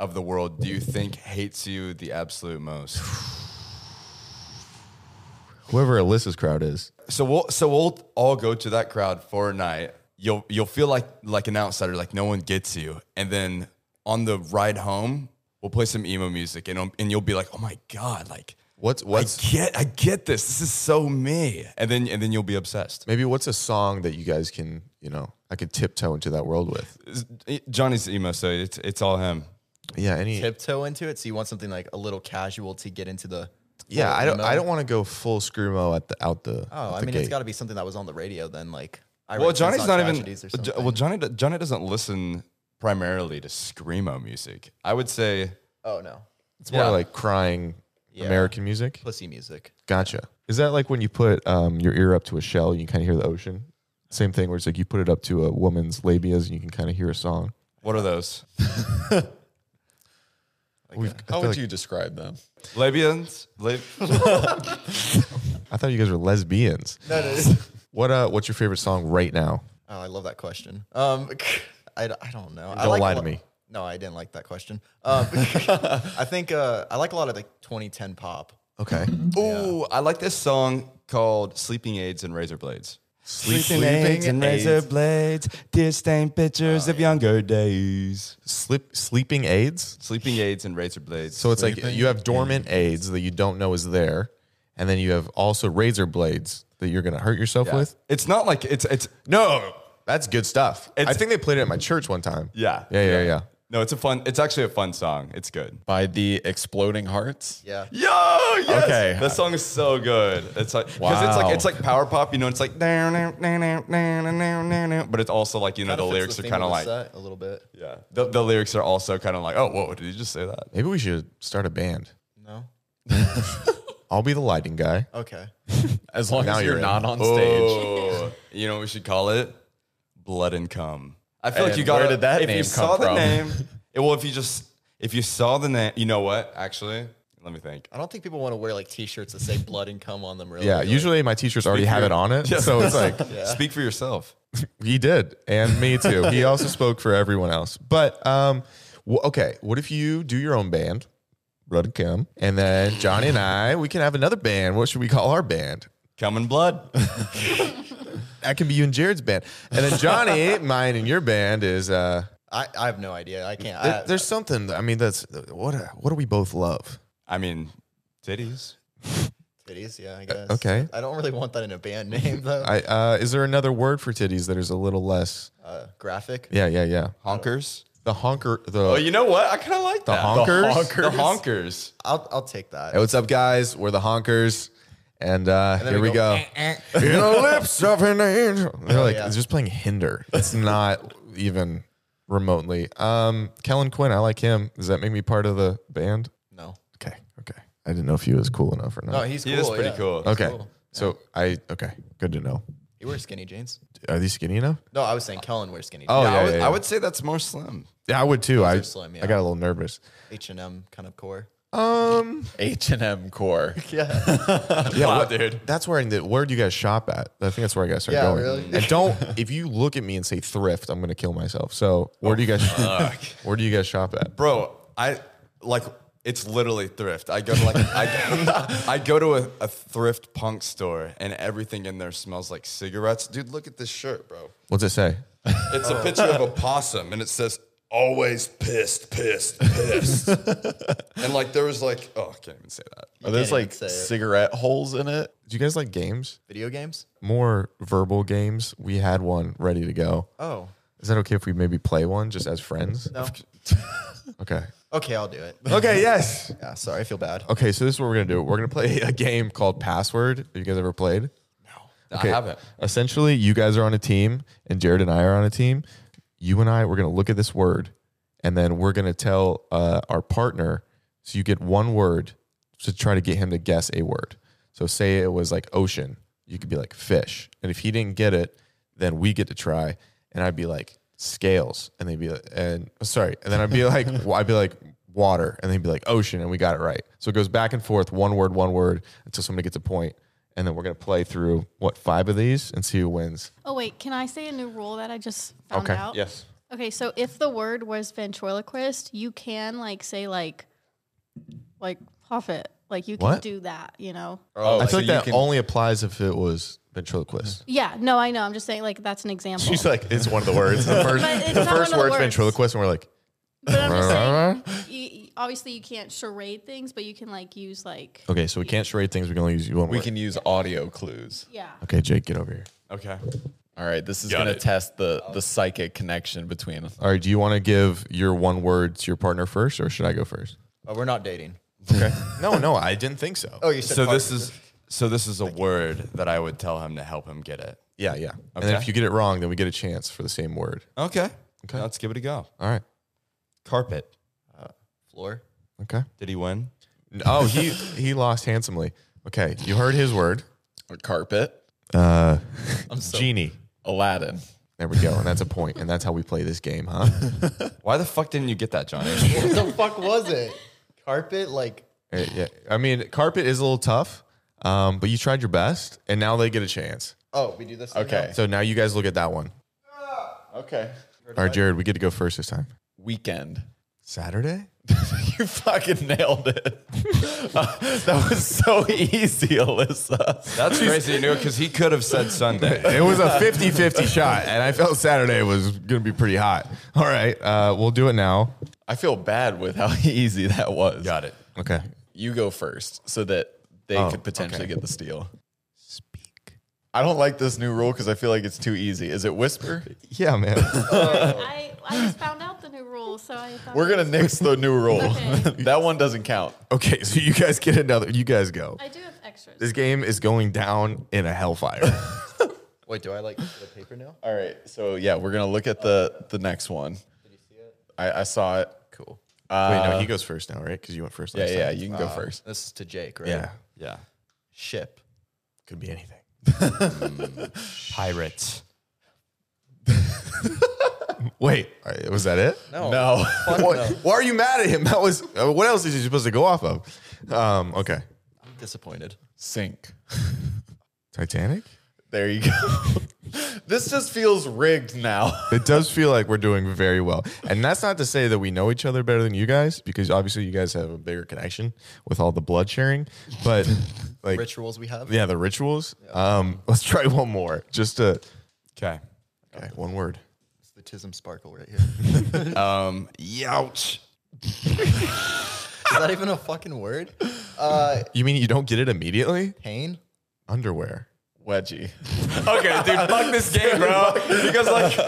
S2: of the world do you think hates you the absolute most?
S3: Whoever Alyssa's crowd is,
S2: So we'll so we'll all go to that crowd for a night, you'll you'll feel like like an outsider, like no one gets you. And then on the ride home, we'll play some emo music, and and you'll be like, oh my god, like
S3: What's what's
S2: I get I get this. This is so me. And then and then you'll be obsessed.
S3: maybe what's a song that you guys can you know I could tiptoe into that world with?
S2: Johnny's emo, so it's it's all him.
S3: Yeah, any
S4: tiptoe into it. So you want something like a little casual to get into the.
S3: yeah.
S4: full
S3: I don't
S4: emo.
S3: I don't want to go full screwmo at the out the.
S4: Oh,
S3: out
S4: I
S3: the
S4: mean,
S3: gate.
S4: it's got to be something that was on the radio then, like. I
S2: Well,
S4: Wrote
S2: Johnny's
S4: Suicide
S2: not even.
S4: Tragedies or
S2: Jo-
S4: something.
S2: well, Johnny do- Johnny doesn't listen primarily to screamo music. I would say
S4: oh no,
S3: It's more
S2: Yeah.
S3: like crying
S4: Yeah.
S3: American music.
S4: pussy music.
S3: Gotcha. Is that like when you put um, your ear up to a shell and you kind of hear the ocean? Same thing where it's like you put it up to a woman's labias and you can kind of hear a song.
S2: what are those
S3: We've-
S2: Oh,
S3: I,
S1: How
S3: feel
S1: would
S3: like-
S1: you describe them?
S2: labians? Lab-
S3: I thought you guys were lesbians.
S4: No, no.
S3: What uh? What's your favorite song right now?
S4: Oh, I love that question. Um, I, d- I don't know. I
S3: Don't
S4: like
S3: lie
S4: a
S3: to
S4: lo-
S3: me.
S4: No, I didn't like that question. Um, I think uh, I like a lot of like 2010 pop.
S3: Okay.
S2: Ooh, I like this song called "Sleeping Aids and Razor Blades." Sleeping,
S1: Aids and Razor
S2: blades, dear stained pictures of younger days.
S3: Slip sleeping aids.
S2: Sleeping aids and razor blades.
S3: So it's like you have dormant aids that you don't know is there, and then you have also razor blades that you're gonna hurt yourself
S2: Yeah.
S3: with.
S2: It's not like it's it's
S3: No, that's good stuff. I
S2: It's-
S3: think they played it at my church one time.
S2: yeah
S3: Yeah. Yeah. Yeah.
S2: No, it's a fun. It's actually a fun song. It's good.
S1: By the Exploding Hearts?
S4: Yeah.
S2: Yo, yes.
S1: Okay.
S2: That song is so good. It's like because it's
S1: Wow.
S2: like it's like power pop. You know, it's like down, down, down, down, down, down, down, down. but it's also like you know the
S4: Kinda fits
S2: lyrics are
S4: theme
S2: kind of
S4: the
S2: like
S4: set a little bit.
S2: yeah. The, the lyrics are also kind of like oh whoa did you just say that?
S3: Maybe we should start a band.
S4: No.
S3: I'll be the lighting guy.
S4: Okay.
S1: As long
S3: Now
S1: as you're,
S3: you're in.
S1: not on stage.
S2: Oh, you know what we should call it blood and cum. I feel like
S1: And
S2: you got
S1: where did that
S2: if
S1: name
S2: you
S1: come
S2: saw the
S1: from?
S2: name. it- well, if you just if you saw the name, you know what? Actually, let me think.
S4: I don't think people want to wear like T-shirts that say "blood and cum" on them. Really.
S3: Yeah,
S4: Like,
S3: usually my teachers already have
S2: for
S3: it
S2: your-
S3: on it.
S2: Yeah.
S3: So it's like,
S2: Speak for yourself.
S3: he did. And me too. He also spoke for everyone else. But, um, wh- okay, what if you do your own band, Rudd and Kim, and then Johnny and I, we can have another band. What should we call our band?
S2: Cum and blood.
S3: That can be you and Jared's band. And then Johnny, mine and your band is, uh,
S4: I, I have no idea. I can't.
S3: there-
S4: I,
S3: there's something, I mean, that's, what, what do we both love?
S2: I mean, titties.
S4: titties. Yeah, I guess.
S3: Uh, okay.
S4: I don't really want that in a band name though.
S3: I, uh, is there another word for titties that is a little less?
S4: uh, graphic.
S3: Yeah, yeah, yeah.
S2: Honkers.
S3: The honker, the,
S2: Oh, you know what? I kind of like
S3: the
S2: that.
S3: honkers?
S2: The honkers.
S4: I'll I'll take that.
S3: Hey, what's up, guys? We're the Honkers, and, uh,
S4: then
S3: here we,
S4: we
S3: go.
S4: go,
S3: In the lips of an angel. They're like
S4: yeah.
S3: it's just playing hinder. It's not even remotely. Um, Kellen Quinn, I like him. Does that make me part of the band?
S4: No.
S3: Okay, okay. I didn't know if he was cool enough or not.
S4: No, he's cool.
S2: He is pretty
S4: yeah.
S2: cool.
S3: okay, so I okay, good to know.
S4: He wears skinny jeans.
S3: Are these skinny enough?
S4: No, I was saying Kellen wears skinny
S3: Oh
S4: jeans.
S2: Yeah,
S3: yeah,
S2: I, would,
S3: yeah, yeah.
S2: I would say that's more slim.
S3: Yeah, I would too. I
S4: slim,
S3: I
S4: yeah.
S3: got a little nervous.
S4: H and M kind of core.
S3: Um,
S1: H&M Core.
S3: yeah,
S2: Wow,
S3: what-
S2: dude.
S3: That's where I, the- where do you guys shop at? I think that's where I guys start
S4: Yeah,
S3: going.
S4: really?
S3: And don't if you look at me and say thrift, I'm gonna kill myself. So where do you guys where do you guys shop at?
S2: Bro, I like it's literally thrift. I go to like I, I go to a, a thrift punk store and everything in there smells like cigarettes. Dude, look at this shirt, bro.
S3: What's it say?
S2: It's a picture of a possum and it says always pissed, pissed, pissed. and like there was like oh, I can't even say that.
S1: Are those
S4: even
S1: like
S4: say it.
S1: cigarette holes in it?
S3: Do you guys like games?
S4: Video games?
S3: More verbal games. We had one ready to go.
S4: Oh.
S3: Is that okay if we maybe play one just as friends?
S4: No.
S3: Okay.
S4: Okay, I'll do it.
S3: Okay, yes.
S4: Yeah, sorry, I feel bad.
S3: Okay, so this is what we're gonna do. We're gonna play a game called Password. Have you guys ever played? No. Okay.
S2: I haven't.
S3: Essentially, you guys are on a team, and Jared and I are on a team. You and I, we're gonna look at this word, and then we're gonna tell uh, our partner. So you get one word to try to get him to guess a word. So say it was like ocean, you could be like fish, and if he didn't get it, then we get to try, and I'd be like scales, and they'd be like, and uh, sorry, and then I'd be like, well, I'd be like water, and they'd be like ocean, and we got it right. So it goes back and forth, one word, one word, until somebody gets a point, and then we're gonna play through what five of these and see who wins.
S7: Oh wait, can I say a new rule that I just found
S3: Okay,
S7: out?
S3: yes.
S7: Okay, so if the word was ventriloquist, you can like say like, like puppet, Like you
S3: What?
S7: can do that, you know?
S1: Oh,
S3: I feel like
S1: so you
S3: that
S1: can-
S3: only applies if it was ventriloquist.
S7: Yeah, no, I know. I'm just saying, like, that's an example.
S3: She's like, it's one of the words. The first,
S7: But it's
S3: the
S7: not one of
S3: first
S7: the
S3: word's
S7: words.
S3: ventriloquist, and we're like,
S7: but I'm just saying, you, you- obviously, you can't charade things, but you can, like, use, like,
S3: okay, so we can't charade things. We can only use one
S1: We
S3: word.
S1: can use audio clues.
S7: yeah.
S3: okay, Jake, get over here.
S2: Okay.
S1: All right, this is
S2: Got
S1: going to
S2: it.
S1: test the
S4: Oh.
S1: the psychic connection between us.
S3: All right, do you want to give your one word to your partner first, or should I go first?
S4: Oh, we're not dating.
S3: no, no, I didn't think so.
S4: Oh, you said
S2: So this is so this is a word that I would tell him to help him get it.
S3: Yeah, yeah. And then
S2: Okay.
S3: if you get it wrong, then we get a chance for the same word.
S2: Okay. Okay. Let's give it a go.
S3: All right.
S2: Carpet.
S4: floor.
S3: Okay.
S2: Did he win?
S3: Oh, he he lost handsomely. Okay, you heard his word.
S1: A carpet,
S3: Uh, genie.
S1: Aladdin.
S3: There we go, and that's a point, and that's how we play this game, huh?
S2: Why the fuck didn't you get that, Johnny?
S4: What the fuck was it? Carpet? Like
S3: Uh, yeah, I mean, carpet is a little tough, um, but you tried your best, and now they get a chance.
S4: oh, we do this. thing
S1: Okay.
S3: So now you guys look at that one.
S1: Okay.
S3: All right, Jared, we get to go first this time.
S1: Weekend.
S3: Saturday.
S1: You fucking nailed it. Uh, that was so easy, Alyssa.
S2: That's crazy, you know, because he could have said Sunday.
S3: It was a 50-50 shot, and I felt Saturday was going to be pretty hot. All right, uh, we'll do it now.
S1: I feel bad with how easy that was.
S2: Got it.
S3: Okay.
S1: You go first so that they
S3: Oh,
S1: could potentially
S3: okay.
S1: get the steal.
S3: Speak.
S1: I don't like this new rule because I feel like it's too easy. Is it whisper?
S3: Yeah, man.
S7: I, I just found out the new rule, so I thought
S1: We're gonna nix the new rule.
S7: Okay.
S1: that one doesn't count.
S3: okay, so you guys get another. You guys go.
S7: I do have extras.
S3: This game is going down in a hellfire.
S4: Wait, do I like the paper now?
S1: All right. So yeah, we're gonna look at the the next one. I, I saw it. Uh,
S4: Cool.
S3: Wait, no, he goes first now, right? Because Uh, you went first
S1: Yeah,
S3: last
S1: yeah.
S3: time.
S1: You can go first.
S4: This is to Jake, right?
S3: Yeah.
S2: Yeah.
S4: Ship.
S3: Could be anything.
S2: Pirates.
S3: Wait, all right, was that it?
S4: No.
S2: Uh,
S1: No.
S3: Why, why are you mad at him? That was uh, what else is he supposed to go off of? Um, okay,
S4: I'm disappointed.
S1: Sink.
S3: Titanic.
S1: There you go. this just feels rigged now.
S3: It does feel like we're doing very well, and that's not to say that we know each other better than you guys, because obviously you guys have a bigger connection with all the blood sharing. But like,
S4: Rituals we have.
S3: yeah, the rituals. Um, let's try one more, just to
S2: Okay.
S3: okay, one word.
S4: It's the Tism Sparkle right here.
S2: Um, youch.
S4: Is that even a fucking word? Uh,
S3: You mean you don't get it immediately?
S4: pain.
S3: Underwear.
S1: Wedgie.
S2: Okay, dude, fuck this game, bro. Because like,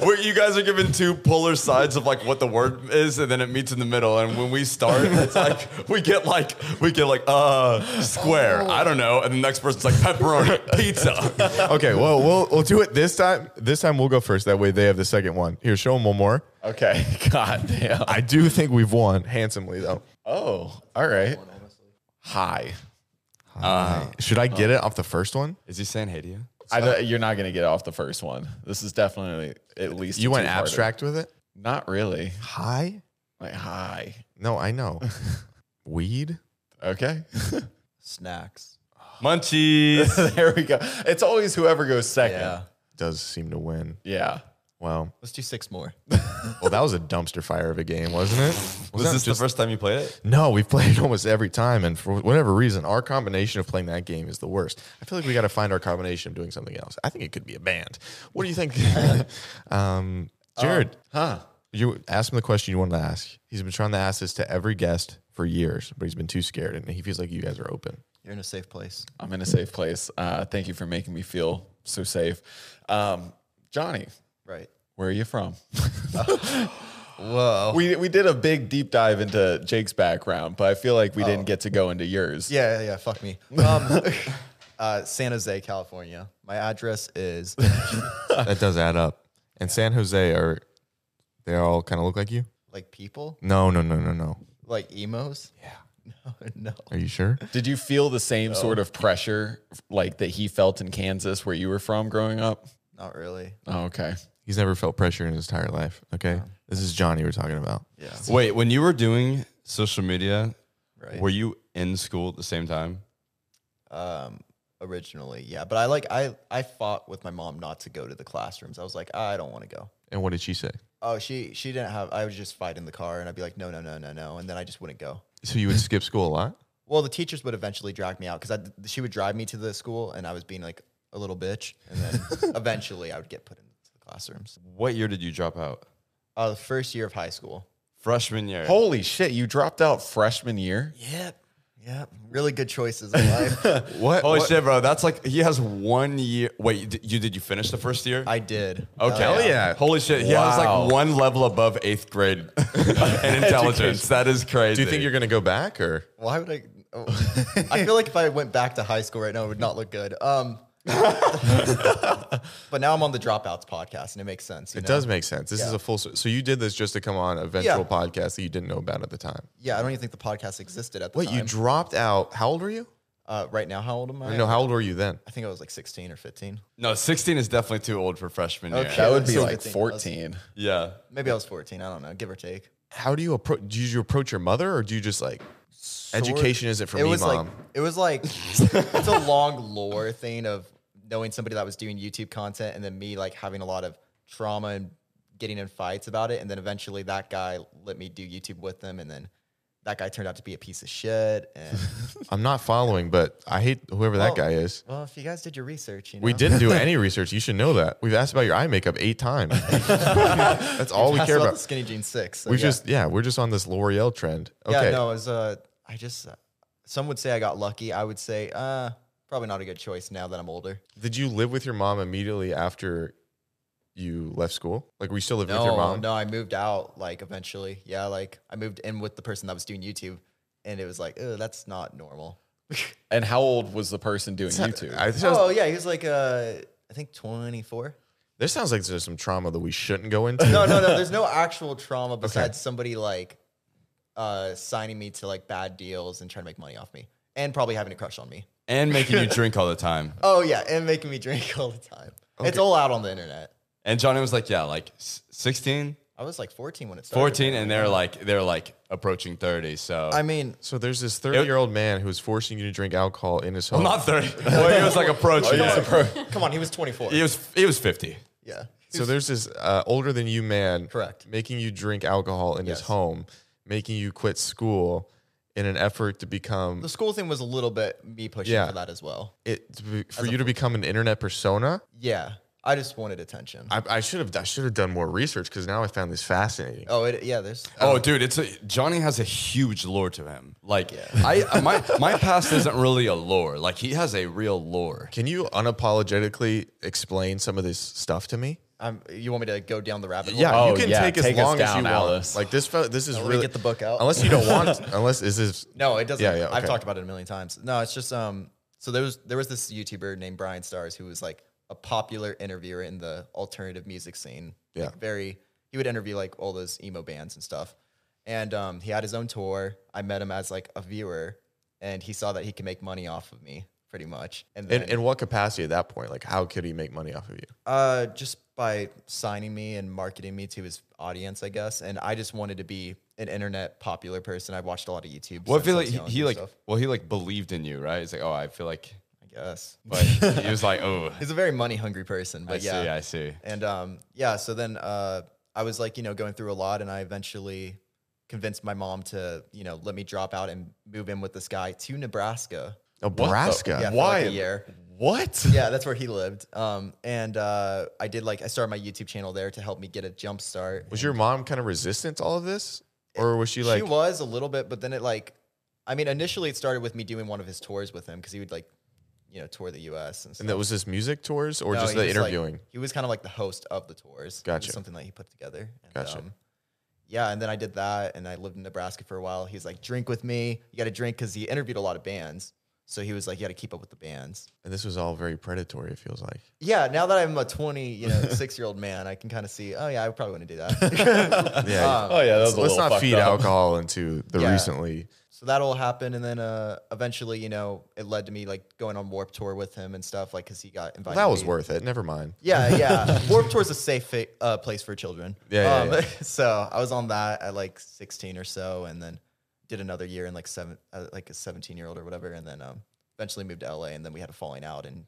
S2: we're, you guys are given two polar sides of like what the word is, and then it meets in the middle. And when we start, it's like we get like we get like uh square. I don't know, and the next person's like pepperoni pizza.
S3: Okay, well, we'll we'll do it this time. This time we'll go first. That way they have the second one. Here, show them one more.
S1: Okay. God damn.
S3: I do think we've won handsomely though.
S1: Oh. All right. Hi.
S3: Uh, Should I get it off the first one?
S2: Is he saying hey to you?
S1: I don't- you're not gonna get off the first one. This is definitely at least
S3: You
S1: a
S3: went
S1: two-parter.
S3: abstract with it.
S1: Not really.
S3: High?
S1: Like hi.
S3: No, I know. Weed.
S1: Okay.
S4: Snacks.
S2: Munchies.
S1: there we go. It's always whoever goes second.
S4: Yeah.
S3: Does seem to win.
S1: Yeah.
S3: Wow.
S4: Let's do six more.
S3: Well, that was a dumpster fire of a game, wasn't it?
S2: Was
S3: that
S2: this the first time you played it?
S3: No, we've played almost every time, and for whatever reason, our combination of playing that game is the worst. I feel like we got to find our combination of doing something else. I think it could be a band. What do you think, um, Jared?
S1: Huh.
S3: You asked him the question you wanted to ask. He's been trying to ask this to every guest for years, but he's been too scared, and he feels like you guys are open.
S4: You're in a safe place.
S1: I'm in a safe place. Uh, thank you for making me feel so safe. Um, Johnny,
S4: Right.
S1: where are you from?
S4: Whoa.
S1: we we did a big deep dive into Jake's background, but I feel like we didn't get to go into yours.
S4: Yeah, yeah, yeah. Fuck me. Um, uh, San Jose, California. My address is
S3: that does add up. And San Jose are they all kind of look like you?
S4: like people,
S3: No, no, no, no, no.
S4: like emos. Yeah. No, no.
S3: Are you sure?
S1: Did you feel the same sort of pressure like that he felt in Kansas where you were from growing up?
S4: Not really.
S1: Oh, okay.
S3: He's never felt pressure in his entire life. Okay, this is Johnny we're talking about.
S4: Yeah.
S2: Wait, when you were doing social media,
S4: Right.
S2: were you in school at the same time?
S4: Um, originally, yeah. But I like I I fought with my mom not to go to the classrooms. I was like, I don't want to go.
S3: And what did she say?
S4: Oh, she she didn't have. I would just fight in the car, and I'd be like, no, no, no, no, no, and then I just wouldn't go.
S3: So you would skip school a lot?
S4: Well, the teachers would eventually drag me out because she would drive me to the school, and I was being like a little bitch. And then eventually, I would get put into the classrooms.
S2: What year did you drop out?
S4: Uh, the first year of high school.
S2: Freshman year.
S1: Holy shit, you dropped out freshman year?
S4: Yep. Yep. Really good choices in life.
S1: What?
S2: Holy
S1: what-
S2: shit, bro. That's like he has one year. Wait, you did you, did you finish the first year?
S4: I did.
S2: Okay.
S4: Uh,
S3: yeah.
S2: Holy shit. He has
S1: Wow.
S2: like one level above eighth grade in intelligence. that is crazy.
S3: Do you think you're going to go back or?
S4: Why would I? Oh, I feel like if I went back to high school right now, it would not look good. Um, but now I'm on the dropouts podcast, and it makes sense. you
S3: It
S4: know?
S3: does make sense. This is
S4: Yeah.
S3: a full. s- So you did this just to come on a ventral podcast that you didn't know about at the time.
S4: Yeah, I don't even think the podcast existed at the
S3: Wait,
S4: time.
S3: you dropped out. How old were you?
S4: uh, right now, how old am I?
S3: No, how old were you then?
S4: I think I was like 16 or 15.
S2: No, 16 is definitely too old for freshman year.
S4: Okay.
S1: That would be
S4: So
S1: like
S4: good thing.
S1: 14.
S2: Yeah.
S4: Maybe I was 14. I don't know, give or take.
S3: How do you approach? Do you approach your mother or do you just like education isn't for
S4: it
S3: me,
S4: was
S3: mom?
S4: like it was like it's a long lore thing of knowing somebody that was doing YouTube content and then me like having a lot of trauma and getting in fights about it and then eventually that guy let me do YouTube with them and then that guy turned out to be a piece of shit and
S3: I'm not following, but I hate whoever that
S4: Well,
S3: guy is.
S4: well if you guys did your research you know
S3: We didn't do any research. You should know that. We've asked about your eye makeup eight times. That's all we
S4: That's
S3: care
S4: about
S3: about.
S4: the skinny jeans 6 so
S3: We
S4: yeah.
S3: just yeah, we're just on this L'Oreal trend.
S4: yeah
S3: Okay.
S4: no it was uh I just some would say I got lucky I would say uh probably not a good choice now that I'm older
S3: Did you live with your mom immediately after you left school? Like were you still living
S4: No,
S3: with your mom?
S4: no, I moved out like eventually. Yeah, like I moved in with the person that was doing YouTube, and it was like, oh, that's not normal.
S1: And how old was the person doing YouTube?
S3: I, this,
S4: Oh
S3: sounds,
S4: yeah, he was like, uh, I think twenty four.
S3: this sounds like there's some trauma that we shouldn't go into.
S4: No, no, no. There's no actual trauma besides somebody like uh, signing me to like bad deals and trying to make money off me, and probably having a crush on me.
S2: And making you drink all the time.
S4: Oh yeah, and making me drink all the time. It's all out on the internet.
S2: And Johnny was like, yeah, like s- 16,
S4: I was like fourteen when it started.
S2: 14, and they're like they're like approaching 30. So
S4: I mean,
S3: So there's this 30 year old man who's forcing you to drink alcohol in his home.
S2: not 30. Well, he was like approaching.
S4: come on, he was twenty four.
S2: He was he was 50.
S4: Yeah.
S3: so there's this uh, older than you man,
S4: Correct.
S3: making you drink alcohol in
S4: Yes.
S3: his home, making you quit school in an effort to become
S4: The school thing was a little bit me pushing
S3: Yeah.
S4: for that as well.
S3: it to be- for you to become an internet persona.
S4: Yeah, I just wanted attention.
S3: I, I should have I should have done more research because now I found this fascinating.
S4: oh, it, yeah, there's.
S2: Oh, dude, it's a, Johnny has a huge lore to him. Like I my my past isn't really a lore. Like he has a real lore.
S3: Can you unapologetically explain some of this stuff to me?
S4: I'm, you want me to go down the rabbit hole?
S3: Yeah,
S1: Oh,
S3: you can
S1: yeah,
S3: take as
S1: take us
S3: long as
S1: down,
S3: you
S1: Alice.
S3: want. Like this, fe- this is
S4: Let me
S3: really
S4: get the book out.
S3: Unless you don't want, unless is this
S4: No, it doesn't.
S3: Yeah, yeah,
S4: I've
S3: okay.
S4: talked about it a million times. No, it's just um. So there was there was this YouTuber named Brian Stars who was like a popular interviewer in the alternative music scene.
S3: Yeah.
S4: Like, very. He would interview like all those emo bands and stuff, and um, he had his own tour. I met him as like a viewer, and he saw that he could make money off of me pretty much. And
S3: in,
S4: then
S3: in what capacity at that point? Like, how could he make money off of you?
S4: Uh, just by signing me and marketing me to his audience, I guess. And I just wanted to be an internet popular person. I watched a lot of YouTube.
S2: Well, I
S4: since
S2: feel
S4: was
S2: like he,
S4: young
S2: he
S4: and
S2: like
S4: stuff,
S2: well he like believed in you, right? He's like, oh, I feel like,
S4: I guess.
S2: but he was like, oh,
S4: He's a very money hungry person,
S2: I
S4: but yeah.
S2: see, I see.
S4: And um, yeah. So then uh, I was like, you know, going through a lot, and I eventually convinced my mom to, you know, let me drop out and move in with this guy to Nebraska.
S3: Nebraska.
S4: Yeah, for
S1: Why?
S4: like a year.
S1: What?
S4: yeah, that's where he lived. Um, and uh, I did like I started my YouTube channel there to help me get a jump start.
S3: Was your mom kind of resistant to all of this, or was she like?
S4: she was a little bit, but then it like, I mean, initially it started with me doing one of his tours with him because he would like, you know, tour the U.S. and stuff.
S3: and that was this music tours or
S4: No,
S3: just
S4: he
S3: the
S4: was, like-
S3: interviewing?
S4: he was kind of like the host of the tours. It was
S3: Gotcha.
S4: something that he put together. And, um,
S3: Gotcha.
S4: yeah, and then I did that, and I lived in Nebraska for a while. He's like, drink with me. You got to drink because he interviewed a lot of bands, so he was like, you got to keep up with the bands.
S3: and this was all very predatory. It feels like.
S4: Yeah, now that I'm a 20, you know, six year old man, I can kind of see. Oh yeah, I probably want to do that. Um,
S3: Yeah.
S1: Oh, yeah, that was a
S3: let's let's
S1: little
S3: not
S1: fucked
S3: feed
S1: up.
S3: alcohol into the
S4: Yeah.
S3: recently.
S4: so that all happened and then uh eventually you know it led to me like going on warp tour with him and stuff like because he got
S3: Well,
S4: invited
S3: that
S4: to
S3: was
S4: be-
S3: worth it. Never mind.
S4: yeah yeah warp tour is a safe fa- uh, place for children Um,
S3: Yeah, yeah, yeah.
S4: so i was on that at like 16 or so and then did another year in like seven uh, like a 17 year old or whatever and then um eventually moved to la and then we had a falling out and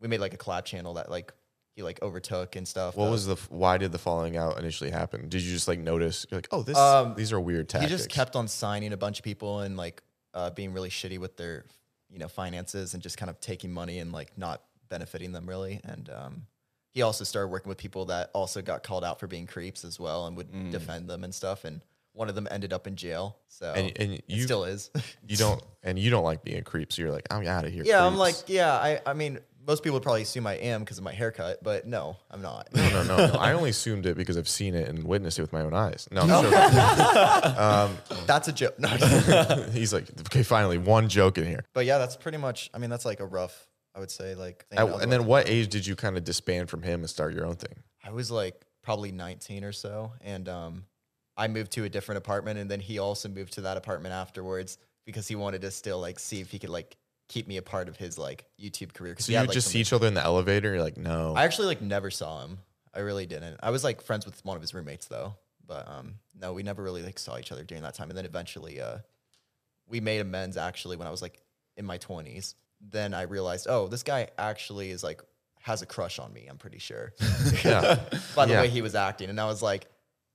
S4: we made like a collab channel that like he like overtook and stuff
S3: What
S4: Uh,
S3: was the? f- Why did the falling out initially happen? Did you just like notice? You're like, oh, this.
S4: Um,
S3: these are weird tactics.
S4: He just kept on signing a bunch of people and like uh, uh, being really shitty with their you know finances and just kind of taking money and like not benefiting them really. And um, he also started working with people that also got called out for being creeps as well and would
S3: Mm.
S4: defend them and stuff. And one of them ended up in jail. So
S3: And- and
S4: it
S3: you-
S4: still is.
S3: You don't, and you don't like being a creep, so you're like, I'm out of here.
S4: yeah, I'm
S3: creeps.
S4: like yeah. I I mean most people would probably assume I am because of my haircut, but no, I'm not.
S3: No, no, no. I only assumed it because I've seen it and witnessed it with my own eyes. No, I'm joking.
S4: That's a joke. No, I'm just-
S3: he's like, okay, finally, one joke in here.
S4: But yeah, that's pretty much. I mean, that's like a rough. I would say like. thing
S3: At-
S4: that I was
S3: and then
S4: like-
S3: what age did you kind of disband from him and start your own thing?
S4: I was like probably 19 or so, and um, I moved to a different apartment, and then he also moved to that apartment afterwards because he wanted to still like see if he could like keep me a part of his like YouTube career. 'cause
S3: So
S4: he had,
S3: you
S4: like,
S3: just
S4: some-
S3: see each other in the elevator. You're like, no.
S4: I actually like never saw him. I really didn't. I was like friends with one of his roommates though, but um, no, we never really like saw each other during that time. And then eventually, uh, we made amends actually when I was like in my twenties. Then I realized, oh, this guy actually is like has a crush on me. I'm pretty sure.
S3: yeah.
S4: By the
S3: Yeah.
S4: way he was acting, and I was like,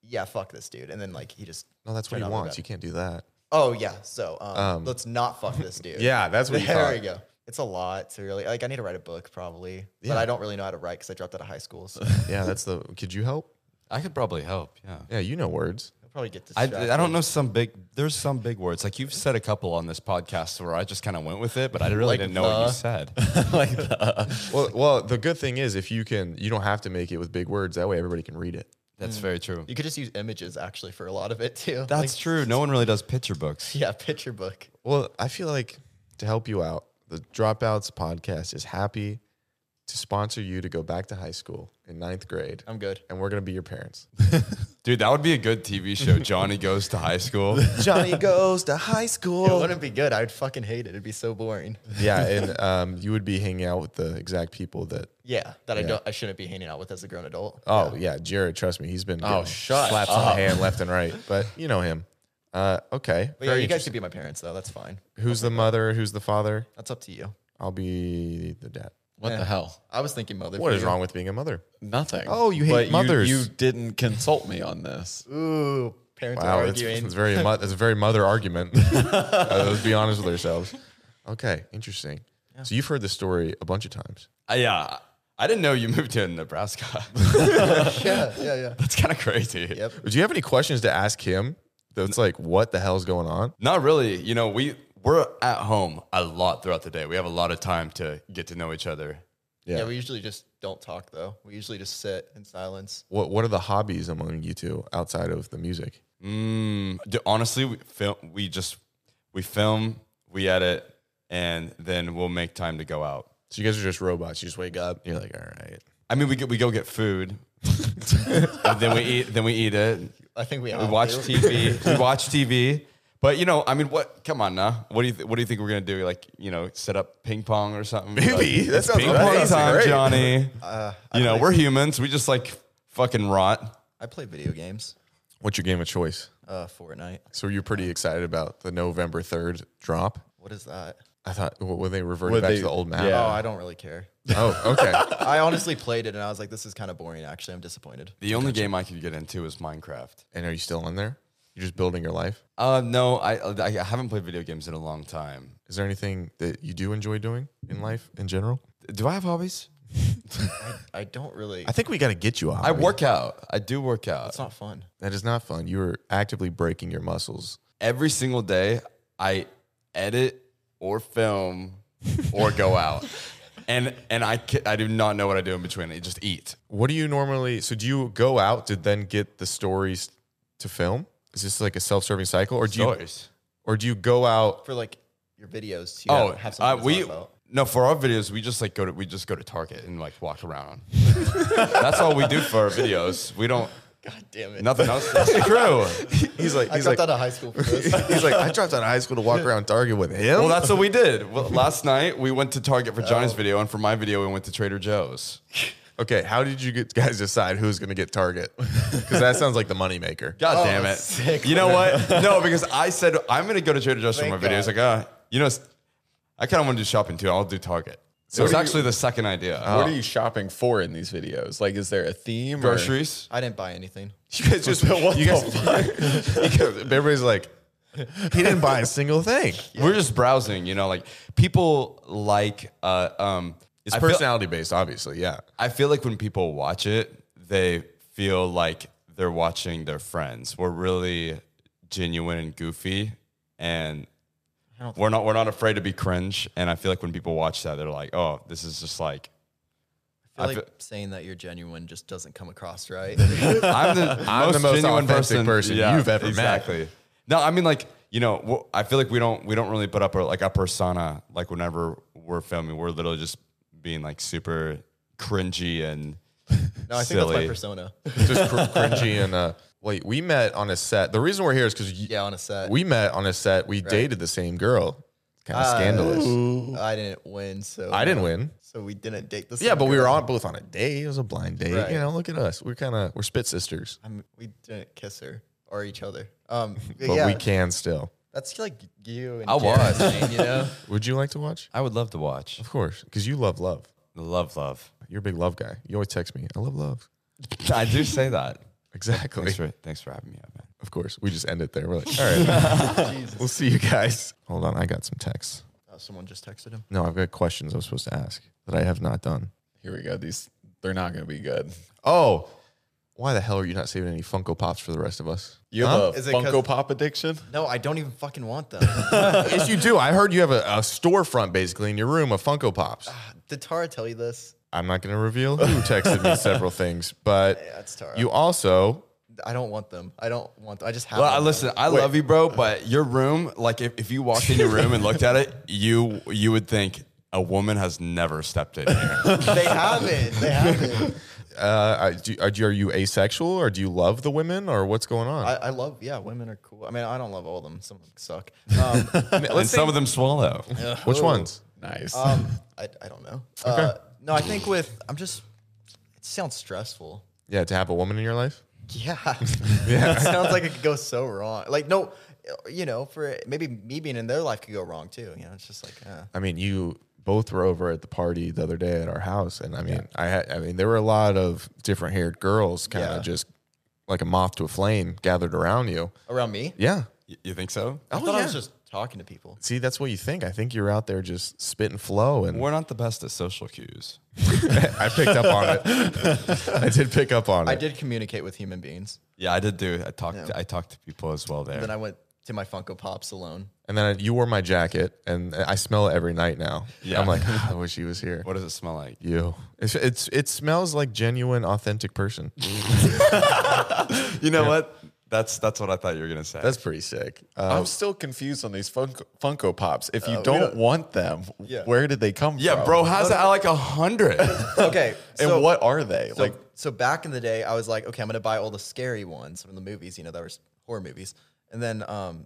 S4: yeah, fuck this dude. And then like he just,
S3: No, that's what he
S4: Straight up
S3: wants.
S4: about it.
S3: You can't do that.
S4: oh yeah, so um,
S3: Um,
S4: let's not fuck this dude.
S3: Yeah, that's what you
S4: there
S3: thought.
S4: we go. It's a lot to really like. I need to write a book probably,
S3: Yeah.
S4: but I don't really know how to write because I dropped out of high school. So.
S3: Yeah, that's the. Could you help?
S2: I could probably help. Yeah.
S3: Yeah, you know words.
S4: I'll probably get
S2: I,
S4: distracted.
S2: I don't know some big. There's some big words like you've said a couple on this podcast where I just kind of went with it, but I really
S4: Like
S2: didn't know what
S4: the-
S2: you said.
S4: like that.
S3: Well, well, the good thing is if you can, you don't have to make it with big words. That way, everybody can read it.
S2: That's very true.
S4: You could just use images actually for a lot of it too.
S2: That's true. No one really does picture books.
S4: Like, yeah, picture book.
S3: Well, I feel like to help you out, the Dropouts podcast is happy to sponsor you to go back to high school in ninth grade,
S4: I'm good.
S3: and we're gonna be your parents.
S2: Dude, that would be a good TV show. Johnny goes to high school.
S3: Johnny goes to high
S4: It
S3: school.
S4: wouldn't be good. I would fucking hate it. It'd be so boring.
S3: Yeah, and um, you would be hanging out with the exact people that.
S4: Yeah, that I don't. I shouldn't be hanging out with as a grown adult.
S3: Oh yeah, Jared, trust me, he's been getting
S4: Oh, shut
S3: slaps on the hand left and right, but you know him. Uh, okay,
S4: But yeah,
S3: very
S4: you guys
S3: interesting.
S4: could be my parents though. That's fine.
S3: Who's the mother? Who's the father?
S4: That's up to you.
S3: I'll be the dad.
S1: What the hell?
S4: I was thinking mother.
S3: What
S4: for
S3: is
S4: you.
S3: wrong with being a mother?
S1: Nothing.
S3: Oh, you
S1: But
S3: hate mothers.
S1: You, didn't consult me on this.
S4: Ooh, parents
S3: Wow,
S4: are
S3: that's,
S4: arguing.
S3: that's very mo- that's a very mother argument. Uh, let's be honest with ourselves. Okay, interesting. So you've heard this story a bunch of times.
S2: I, Uh, yeah. I didn't know you moved to Nebraska.
S4: yeah, yeah, yeah.
S2: That's kind of crazy.
S4: Yep.
S3: Do you have any questions to ask him? That's like, what the hell's going on?
S2: Not really. You know, we we're at home a lot throughout the day. We have a lot of time to get to know each other.
S4: Yeah. we usually just don't talk though. We usually just sit in silence.
S3: What What are the hobbies among you two outside of the music?
S2: Mm, d- honestly, we film. We just we film, we edit, and then we'll make time to go out.
S3: So you guys are just robots. You just wake up. And you're like, all right.
S2: I mean, we go, we go get food, and then we eat. Then we eat it.
S4: I think we,
S2: We
S4: have
S2: watch
S4: to.
S2: TV. We watch TV. But you know, I mean, what? Come on now. What do you th- What do you think we're gonna do? Like, you know, set up ping pong or something?
S3: Maybe.
S2: Like,
S3: That
S2: it's
S3: sounds
S2: ping pong
S3: amazing.
S2: time,
S3: Great.
S2: Johnny. you know, we're humans. We just like fucking rot.
S4: I play video games.
S3: What's your game of choice?
S4: Uh, Fortnite.
S3: So you're pretty excited about the November third drop.
S4: What is that?
S3: I thought well, when they reverted
S1: Well,
S3: back
S1: they-
S3: to the old map.
S1: yeah.
S4: Oh, I don't really care.
S3: Oh, okay.
S4: I honestly played it and I was like, this is kind of boring. Actually, I'm disappointed.
S2: The only game I could get into is Minecraft.
S3: and are you still on there? You're just building your life.
S2: Uh, no, I I haven't played video games in a long time.
S3: Is there anything that you do enjoy doing in life in general?
S2: Do I have hobbies?
S4: I don't really.
S3: I think we got to get you out.
S2: I work out. I do work out
S4: It's not fun.
S3: That is not fun. You are actively breaking your muscles.
S2: every single day. I edit or film or go out, and and I ca- I do not know what I do in between. I just eat.
S3: What do you normally? So do you go out to then get the stories to film? Is this like a self-serving cycle, or do you,
S2: Stories.
S3: or do you go out?
S4: For like your videos, you
S2: Oh,
S4: oh, have
S2: uh,
S4: something to
S2: we
S4: talk about.
S2: no for our videos we just like go to we just go to Target and like walk around. That's all we do for our videos. We don't
S4: God damn it.
S2: nothing else. That's true.
S3: He's like,
S4: I
S3: he's like,
S4: dropped out of high school for this.
S3: he's like, I dropped out of high school to walk around Target with him.
S2: Well, that's what we did. Well, last night we went to Target for Johnny's video, and for my video we went to Trader Joe's.
S3: okay. How did you get, guys decide who's going to get Target? Because that sounds like the moneymaker.
S2: God
S4: Oh,
S2: damn it!
S4: sick.
S2: You know what? No, because I said I'm gonna go to Trader Joe's for
S4: Thank
S2: my videos. Like,
S4: God.
S2: uh, you know, I kind of want to do shopping too. I'll do Target. So it's
S1: do you-
S2: actually the second idea. Oh.
S1: What are you shopping for in these videos? Like, is there a theme? or-
S2: Groceries.
S4: I didn't buy anything.
S3: You guys just you guys, you guys- everybody's like, He didn't buy a single thing.
S2: We're just browsing, you know, like people like uh um
S3: It's
S2: I feel-
S3: personality based, obviously. Yeah.
S2: I feel like when people watch it, they feel like they're watching their friends. We're really genuine and goofy, and we're not we're not afraid to be cringe. And I feel like when people watch that, they're like, "Oh, this is just like
S4: I feel
S2: I
S4: like saying that you're genuine just doesn't come across right.
S2: I'm the,
S3: I'm the most authentic person you've ever met.
S2: exactly. No, I mean like you know, w- I feel like we don't we don't really put up our like our persona like whenever we're filming, we're literally just being like super cringy and
S4: No, I think that's my
S2: Silly.
S4: persona.
S3: Just cr- cringy and uh wait, we met on a set. The reason we're here is because
S4: Yeah, on a set.
S3: we met on a set. We dated the same girl. Kind of scandalous.
S4: Uh, I didn't win, so
S3: Mm. I didn't win.
S4: So we didn't date the.
S3: Yeah,
S4: same
S3: but we were
S4: girl.
S3: on both on a date. It was a blind date.
S4: Right.
S3: You know, look at us. We're kind of we're spit sisters,
S4: I'm, we didn't kiss her or each other. Um,
S3: but
S4: yeah,
S3: we can still.
S4: that's like you and
S2: I
S4: Jared's
S2: was.
S4: thing, you know.
S3: Would you like to watch?
S2: I would love to watch.
S3: Of course, because you love love.
S2: Love, love.
S3: You're a big love guy. You always text me. I love love.
S2: I do say that.
S3: Exactly.
S2: Thanks for, thanks for having me up, man.
S3: Of course, we just end it there. We're like, all right, we'll see you guys. Hold on, I got some texts.
S4: Oh, someone just texted him.
S3: No, I've got questions I'm supposed to ask that I have not done.
S1: Here we go. These they're not going to be good.
S3: Oh, why the hell are you not saving any Funko Pops for the rest of us?
S1: You have
S3: Huh?
S1: a
S4: Is it 'cause-
S1: Funko Pop addiction?
S4: No, I don't even fucking want them.
S3: yes, you do. I heard you have a, a storefront basically in your room of Funko Pops.
S4: Did Tara tell you this?
S3: I'm not going to reveal who texted me several things, but
S4: that's Tara.
S3: you also
S4: I don't want them. I don't want. Them. I just have.
S2: Well, I-
S4: them.
S2: listen, I love you, bro, but your room, like if, if you walked in your room and looked at it, you you would think a woman has never stepped in here.
S4: They haven't. They haven't.
S3: uh, I- do, are, you, are you asexual or do you love the women or what's going on?
S4: I, I love. Yeah, women are cool. I mean, I don't love all of them. Some of them suck. Um,
S2: and some of them swallow.
S3: Which ones?
S1: Nice.
S4: um, I, I don't know. Uh, no, I think with. I'm just. It sounds stressful.
S3: Yeah, to have a woman in your life.
S4: Yeah. It sounds like it could go so wrong. Like, no, you know, for maybe me being in their life could go wrong too. You know, it's just like, uh,
S3: I mean, you both were over at the party the other day at our house, and I mean, I had, I mean, there were a lot of different haired girls, kind of
S4: Yeah.
S3: just like a moth to a flame, gathered around you.
S4: around me.
S3: Yeah.
S2: You, you think so?
S4: I
S3: Oh,
S4: thought I
S3: yeah.
S4: was just talking to people.
S3: See, that's what you think. I think you're out there just spitting flow, and
S2: We're not the best at social cues.
S3: I picked up on it. I did pick up on it.
S4: I did communicate with human beings.
S2: Yeah, I did do. I talked.
S4: Yeah.
S2: I talked to people as well there.
S4: Then I went to my Funko Pops alone.
S3: And then I, you wore my jacket, and I smell it every night now.
S2: Yeah.
S3: I'm like, "Ah, I wish he was here.
S2: what does it smell like?
S3: You, it's, it's it smells like genuine, authentic person.
S2: You know what? That's that's what I thought you were gonna say.
S3: That's pretty sick. Uh,
S1: I'm still confused on these Funko, Funko Pops. If you don't, want them, where did they come from?
S2: yeah, bro. How's that at like a hundred?
S4: Okay.
S1: And
S4: so,
S1: what are they?
S4: So,
S1: like,
S4: so back in the day, I was like, okay, I'm going to buy all the scary ones from the movies, you know, that were s- horror movies. And then, um,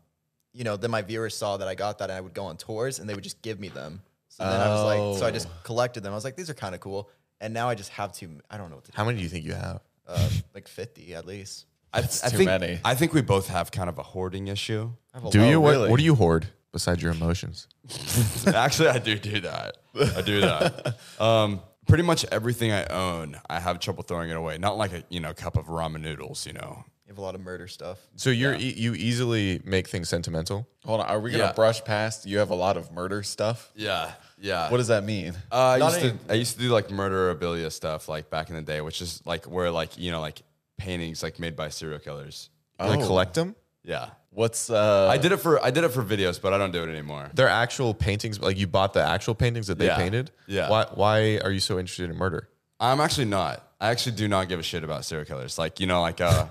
S4: you know, then my viewers saw that I got that and I would go on tours and they would just give me them. So then I was like, so I
S3: Oh.
S4: just collected them. I was like, these are kind of cool. And now I just have to, I don't know what to do,
S3: how many do you think you have?
S4: uh, like 50 at least.
S2: I, I
S1: too
S2: think,
S1: many.
S2: I think we both have kind of a hoarding issue.
S4: I have a
S3: Do
S4: lot.
S3: you what?
S1: really?
S3: What do you hoard besides your emotions?
S2: Actually, I do do that. I do that. Um, pretty much everything I own, I have trouble throwing it away. Not like a you know cup of ramen noodles, you know.
S4: You have a lot of murder stuff.
S3: So you're e- you easily make things sentimental.
S1: hold on. Are we going to
S2: Yeah.
S1: brush past? You have a lot of murder stuff.
S2: Yeah, yeah.
S1: What does that mean?
S2: Uh, I
S4: Not
S2: used to
S4: any-
S2: I used to do like murderabilia stuff like back in the day, which is like where like you know like paintings like made by serial killers.
S3: You like collect them.
S2: Yeah,
S1: What's uh?
S2: I did it for I did it for videos, but I don't do it anymore.
S3: They're actual paintings. Like you bought the actual paintings that they
S2: Yeah.
S3: painted.
S2: Yeah.
S3: Why? Why are you so interested in murder?
S2: I'm actually not. I actually do not give a shit about serial killers. Like you know like uh,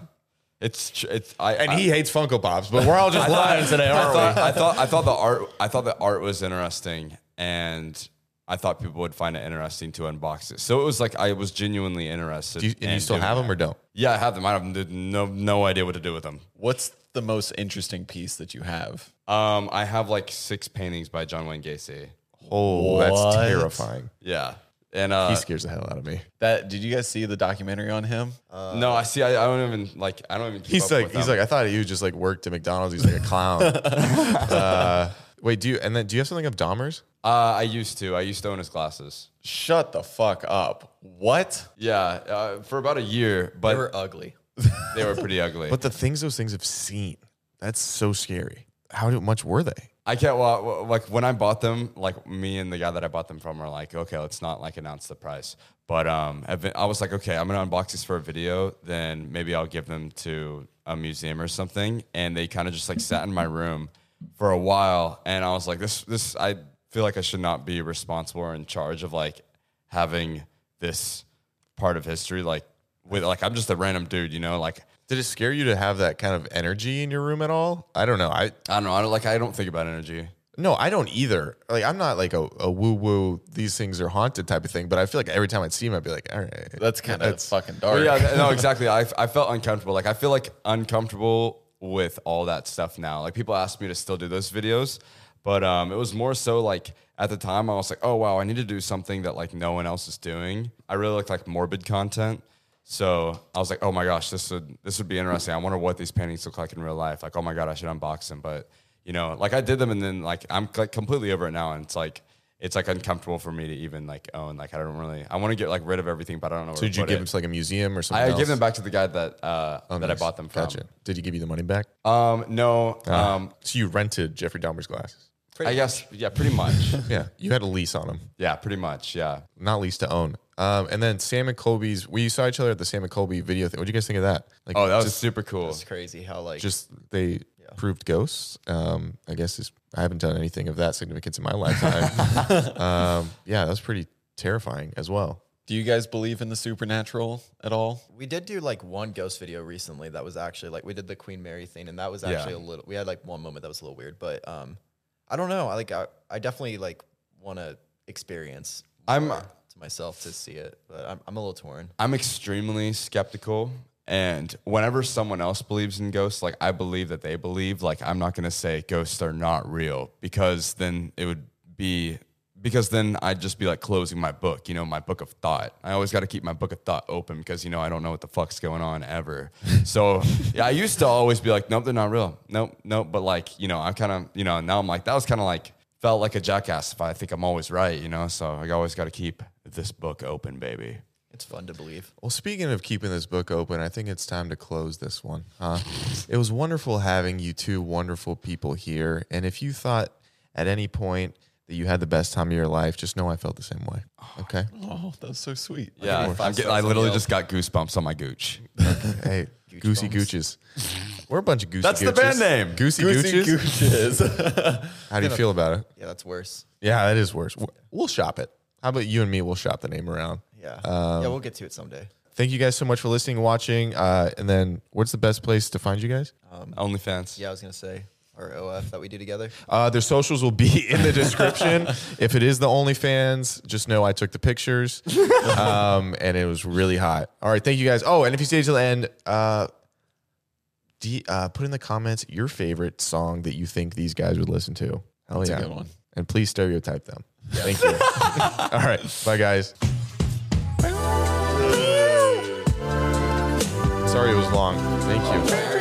S2: it's tr- it's I
S3: And
S2: I,
S3: he hates Funko Pops, but we're all just lying today,
S2: I
S3: aren't we?
S2: thought, I thought I thought the art I thought the art was interesting and I thought people would find it interesting to unbox it. So it was like I was genuinely interested.
S3: Do you, and you
S2: in
S3: still
S2: doing
S3: have them
S2: that.
S3: or don't?
S2: Yeah, I have them. I have no no idea what to do with them.
S1: what's the most interesting piece that you have?
S2: Um, I have like six paintings by John Wayne Gacy.
S3: Oh,
S1: What?
S3: that's terrifying.
S2: Yeah, and uh,
S3: He scares the hell out of me.
S1: That did you guys see the documentary on him?
S2: no, I see. I, I don't even like. I don't even. Keep
S3: He's
S2: up
S3: like,
S2: with
S3: he's
S2: them.
S3: like, I thought he was just like worked at McDonald's. He's like a clown. uh, wait, do you? And then do you have something of Dahmer's?
S2: Uh, I used to. I used to own his glasses.
S1: Shut the fuck up. What?
S2: Yeah, uh, for about a year, but
S4: They were ugly.
S2: pretty ugly.
S3: But the things those things have seen, that's so scary. how do- much were they?
S2: I can't well, like when I bought them, like me and the guy that I bought them from are like, okay, let's not like announce the price. But um, I've been- I was like, okay, I'm gonna unbox these for a video, then maybe I'll give them to a museum or something. And they kind of just like sat in my room for a while, and I was like, this, this, I feel like I should not be responsible or in charge of like having this part of history. Like with like I'm just a random dude, you know, like.
S3: Did it scare you to have that kind of energy in your room at all? I don't know. I
S2: I don't know. I don't like. I don't think about energy.
S3: No, I don't either. Like I'm not like a, a woo woo. These things are haunted type of thing. But I feel like every time I'd see him, I'd be like, all right,
S1: That's kind of fucking dark.
S2: Well, yeah, th- no, exactly. I, I felt uncomfortable. Like I feel like uncomfortable with all that stuff now. Like people ask me to still do those videos, but um, it was more so like at the time I was like, oh wow, I need to do something that like no one else is doing. I really like like morbid content. So I was like, oh my gosh, this would this would be interesting. I wonder what these paintings look like in real life. Like, oh my god, I should unbox them. But you know, like I did them, and then like I'm like completely over it now, and it's like it's like uncomfortable for me to even like own. Like I don't really, I want to get like rid of everything, but I don't know.
S3: So did you give him to like a museum or something?
S2: I
S3: else? Oh,
S2: gave them back to the guy that uh, that
S3: Nice.
S2: I bought them from.
S3: Gotcha. Ah. Did he give you the money back?
S2: Um, no, um,
S3: so you rented Jeffrey Dahmer's glasses?
S2: I guess yeah, pretty much.
S3: Yeah, you had a lease on them,
S2: yeah, pretty much. Yeah,
S3: not lease to own. Um, and then Sam and Colby's, we saw each other at the Sam and Colby video thing. What do you guys think of that? Like,
S2: Oh, that was super cool.
S4: It's crazy how like
S3: just they proved ghosts. Um, I guess is I haven't done anything of that significance in my lifetime. um, yeah, that was pretty terrifying as well.
S1: Do you guys believe in the supernatural at all?
S4: we did do like one ghost video recently that was actually like we did the Queen Mary thing and that was actually a little we had like one moment that was a little weird but um I don't know I like I, I definitely like want to experience
S2: I'm-
S4: more to myself to see it but I'm, I'm a little torn
S2: I'm extremely skeptical, and whenever someone else believes in ghosts, like I believe that they believe. Like I'm not gonna say ghosts are not real because then it would be because then I'd just be like closing my book, you know, my book of thought. I always got to keep my book of thought open because you know I don't know what the fuck's going on ever. So yeah, I used to always be like, nope, they're not real. Nope, nope. But like you know, I'm kind of you know now I'm like that was kind of like felt like a jackass if I think I'm always right, you know. So I always got to keep this book open, baby.
S4: it's fun to believe
S3: Well, speaking of keeping this book open, I think it's time to close this one. Huh? it was wonderful having you two wonderful people here. And if you thought at any point that you had the best time of your life, just know I felt the same way. Okay.
S1: Oh, that's so sweet.
S2: Yeah, I'm getting, I literally just got goosebumps on my gooch.
S3: Hey, Goosey Gooches. We're a bunch of Goosey
S2: That's the
S3: Gooches.
S2: band name.
S3: Goosey, Gooches. How do you feel about it?
S4: yeah that's worse
S3: Yeah, that is worse. W- We'll shop it. How about you and me? We'll shop the name around.
S4: yeah yeah we'll get to it someday
S3: Thank you guys so much for listening, watching. Uh, and then, what's the best place to find you guys?
S2: OnlyFans.
S4: yeah I was gonna say our OF that we do together
S3: Uh, their socials will be in the description. if it is the OnlyFans, just know I took the pictures, um, and it was really hot. All right, thank you guys. Oh, and if you stay till the end, uh, D, uh, put in the comments your favorite song that you think these guys would listen to. Hell yeah,
S1: good one.
S3: And please stereotype them. Thank you. All right, bye guys. Sorry it was long. Thank you.